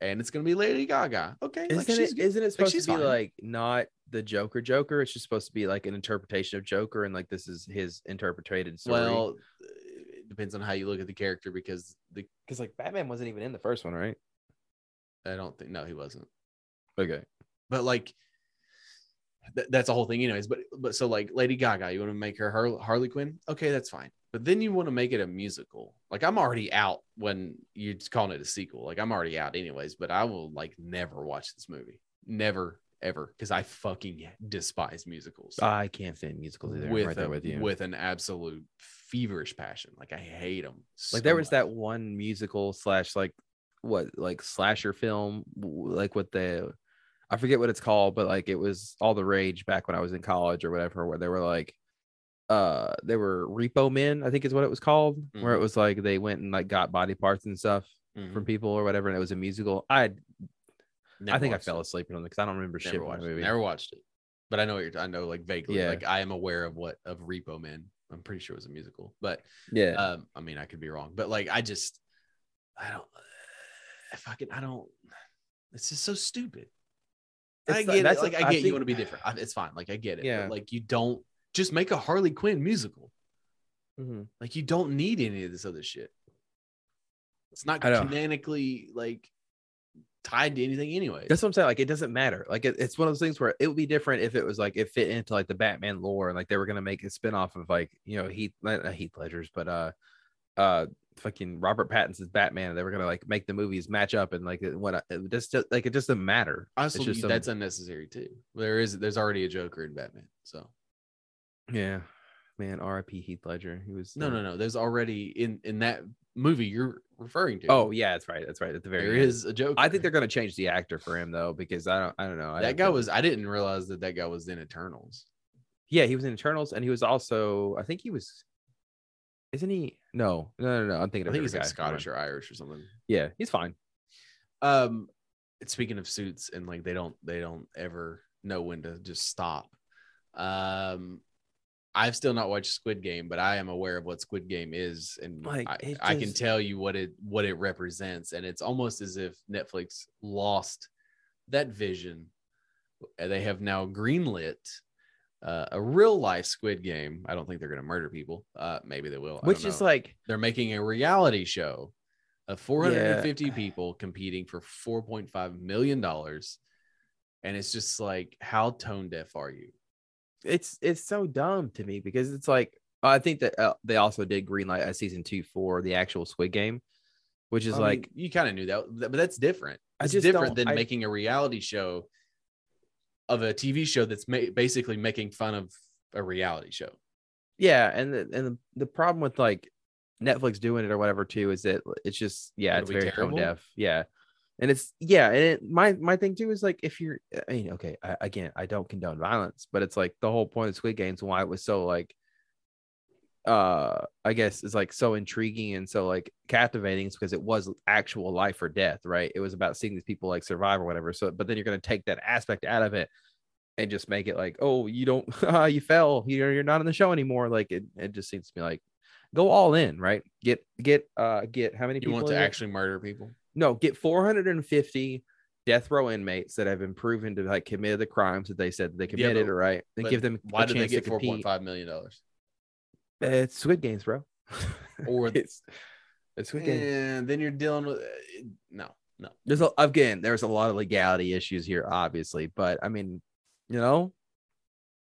Speaker 1: and it's going to be lady gaga okay
Speaker 2: Isn't,
Speaker 1: like she's
Speaker 2: it,
Speaker 1: good.
Speaker 2: isn't it supposed
Speaker 1: she's
Speaker 2: to be
Speaker 1: fine.
Speaker 2: like not the Joker Joker? It's just supposed to be like an interpretation of Joker, and like this is his interpreted story.
Speaker 1: well uh, it depends on how you look at the character because the
Speaker 2: because like Batman wasn't even in the first one, right?
Speaker 1: I don't think no, he wasn't.
Speaker 2: Okay.
Speaker 1: But like th- that's the whole thing, anyways. But but so like Lady Gaga, you want to make her Har- Harley Quinn? Okay, that's fine. But then you want to make it a musical. Like I'm already out when you're just calling it a sequel. Like I'm already out, anyways. But I will like never watch this movie, never ever, because I fucking despise musicals
Speaker 2: I can't stand musicals either. I'm
Speaker 1: with
Speaker 2: right
Speaker 1: a-
Speaker 2: there with you.
Speaker 1: with an absolute feverish passion. Like I hate them.
Speaker 2: like there was that one musical slash like what like slasher film w- like with the I forget what it's called, but like it was all the rage back when I was in college or whatever, where they were like uh they were repo men, I think is what it was called, where it
Speaker 1: Mhm.
Speaker 2: was like they went and like got body parts and stuff
Speaker 1: Mm-hmm.
Speaker 2: from people or whatever, and it was a musical. I I think I fell asleep on it because I don't remember shit
Speaker 1: Never
Speaker 2: about
Speaker 1: watched
Speaker 2: the
Speaker 1: it.
Speaker 2: movie.
Speaker 1: Never watched it. But I know what you're, I know like vaguely.
Speaker 2: Yeah.
Speaker 1: Like I am aware of what of Repo Man. I'm pretty sure it was a musical. But
Speaker 2: Yeah.
Speaker 1: um, I mean I could be wrong. But like I just I don't I fucking I don't it's just so stupid. I
Speaker 2: It's like-
Speaker 1: get it.
Speaker 2: that's
Speaker 1: Like
Speaker 2: like-
Speaker 1: I
Speaker 2: I
Speaker 1: get you
Speaker 2: think-
Speaker 1: want to be different. I, it's fine. Like I get it.
Speaker 2: Yeah.
Speaker 1: But like you don't just make a Harley Quinn musical.
Speaker 2: Mhm.
Speaker 1: Like you don't need any of this other shit. It's not
Speaker 2: I know.
Speaker 1: canonically like tied to anything anyway.
Speaker 2: That's what I'm saying. Like, it doesn't matter. Like, it, it's one of those things where it would be different if it was like it fit into like the Batman lore, and like they were gonna make a spinoff of like you know Heath not not Heath Ledger's, but uh, uh, fucking Robert Pattinson's Batman. and They were gonna like make the movies match up, and like it, what it just like it just doesn't matter.
Speaker 1: I
Speaker 2: It's
Speaker 1: also believe
Speaker 2: just some-
Speaker 1: that's unnecessary too. There is there's already a Joker in Batman. So
Speaker 2: yeah, man. R.I.P. Heath Ledger. He was
Speaker 1: no, no, no. There's already in in that movie you're referring to.
Speaker 2: Oh yeah, that's right. That's right. At the very
Speaker 1: there
Speaker 2: end.
Speaker 1: is a Joker.
Speaker 2: I think they're gonna change the actor for him though because I don't I don't know. I
Speaker 1: that
Speaker 2: don't
Speaker 1: guy
Speaker 2: think-
Speaker 1: was. I didn't realize that that guy was in Eternals.
Speaker 2: Yeah, he was in Eternals, and he was also I think he was. Isn't he? No, no, no, no. I'm
Speaker 1: I
Speaker 2: thinking. of
Speaker 1: think
Speaker 2: a
Speaker 1: he's
Speaker 2: different
Speaker 1: like
Speaker 2: guy. Never mind.
Speaker 1: Scottish or Irish or something.
Speaker 2: Yeah, he's fine.
Speaker 1: Um, speaking of suits and like they don't they don't ever know when to just stop. Um, I've still not watched Squid Game, but I am aware of what Squid Game is, and
Speaker 2: Like,
Speaker 1: I,
Speaker 2: it
Speaker 1: I can
Speaker 2: just-
Speaker 1: tell you what it what it represents. And it's almost as if Netflix lost that vision. And They have now greenlit uh, a real life Squid Game. I don't think they're going to murder people. Uh, maybe they will. I
Speaker 2: Which
Speaker 1: don't
Speaker 2: is
Speaker 1: know.
Speaker 2: like,
Speaker 1: they're making a reality show of 450 people competing for 4.5 million dollars, and it's just like, how tone deaf are you?
Speaker 2: it's it's so dumb to me because it's like I think that uh, they also did greenlight a season two for the actual Squid Game, which is
Speaker 1: I mean,
Speaker 2: like
Speaker 1: you kind of knew that, th- but that's different.
Speaker 2: I
Speaker 1: It's
Speaker 2: just
Speaker 1: different
Speaker 2: don't-
Speaker 1: than
Speaker 2: I-
Speaker 1: making a reality show of a TV show that's ma- basically making fun of a reality show.
Speaker 2: yeah, and the, and the, the problem with like Netflix doing it or whatever too is that it's just yeah,
Speaker 1: It'll
Speaker 2: it's
Speaker 1: be
Speaker 2: very tone
Speaker 1: terrible?
Speaker 2: deaf, yeah, and it's yeah, and it, my my thing too is like if you're I mean okay I, again I don't condone violence, but it's like the whole point of Squid Games and why it was so like uh i guess is like so intriguing and so like captivating is because it was actual life or death right it was about seeing these people like survive or whatever so but then you're going to take that aspect out of it and just make it like oh you don't *laughs* you fell you're, you're not in the show anymore like it, it just seems to me like go all in right get get uh get how many
Speaker 1: You
Speaker 2: people
Speaker 1: want to
Speaker 2: in it?
Speaker 1: actually murder people?
Speaker 2: no get 450 death row inmates that have been proven to like commit the crimes that they said that they
Speaker 1: Yeah,
Speaker 2: committed
Speaker 1: but-
Speaker 2: right and
Speaker 1: but
Speaker 2: give them
Speaker 1: Why
Speaker 2: a
Speaker 1: did they
Speaker 2: chance to
Speaker 1: get
Speaker 2: compete.
Speaker 1: 4.5 million dollars?
Speaker 2: it's squid games bro *laughs*
Speaker 1: Or
Speaker 2: it's it's Squid Game.
Speaker 1: and then you're dealing with eh, no, no.
Speaker 2: There's a, again, there's a lot of legality issues here, obviously, but I mean, you know,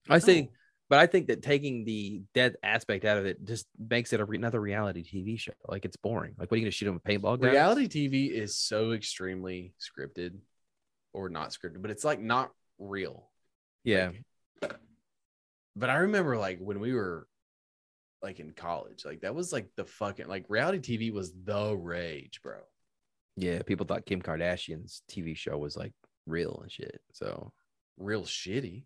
Speaker 2: I say,
Speaker 1: No.
Speaker 2: but I think that taking the death aspect out of it just makes it a re- another reality TV show. Like it's boring. Like, what are you gonna shoot him with paintball gun?
Speaker 1: reality TV is so extremely scripted or not scripted, but it's like not real.
Speaker 2: Yeah,
Speaker 1: But I remember like when we were like in college, like that was like the fucking like reality TV was the rage, bro.
Speaker 2: Yeah, people thought Kim Kardashian's TV show was like real and shit. So
Speaker 1: Real shitty.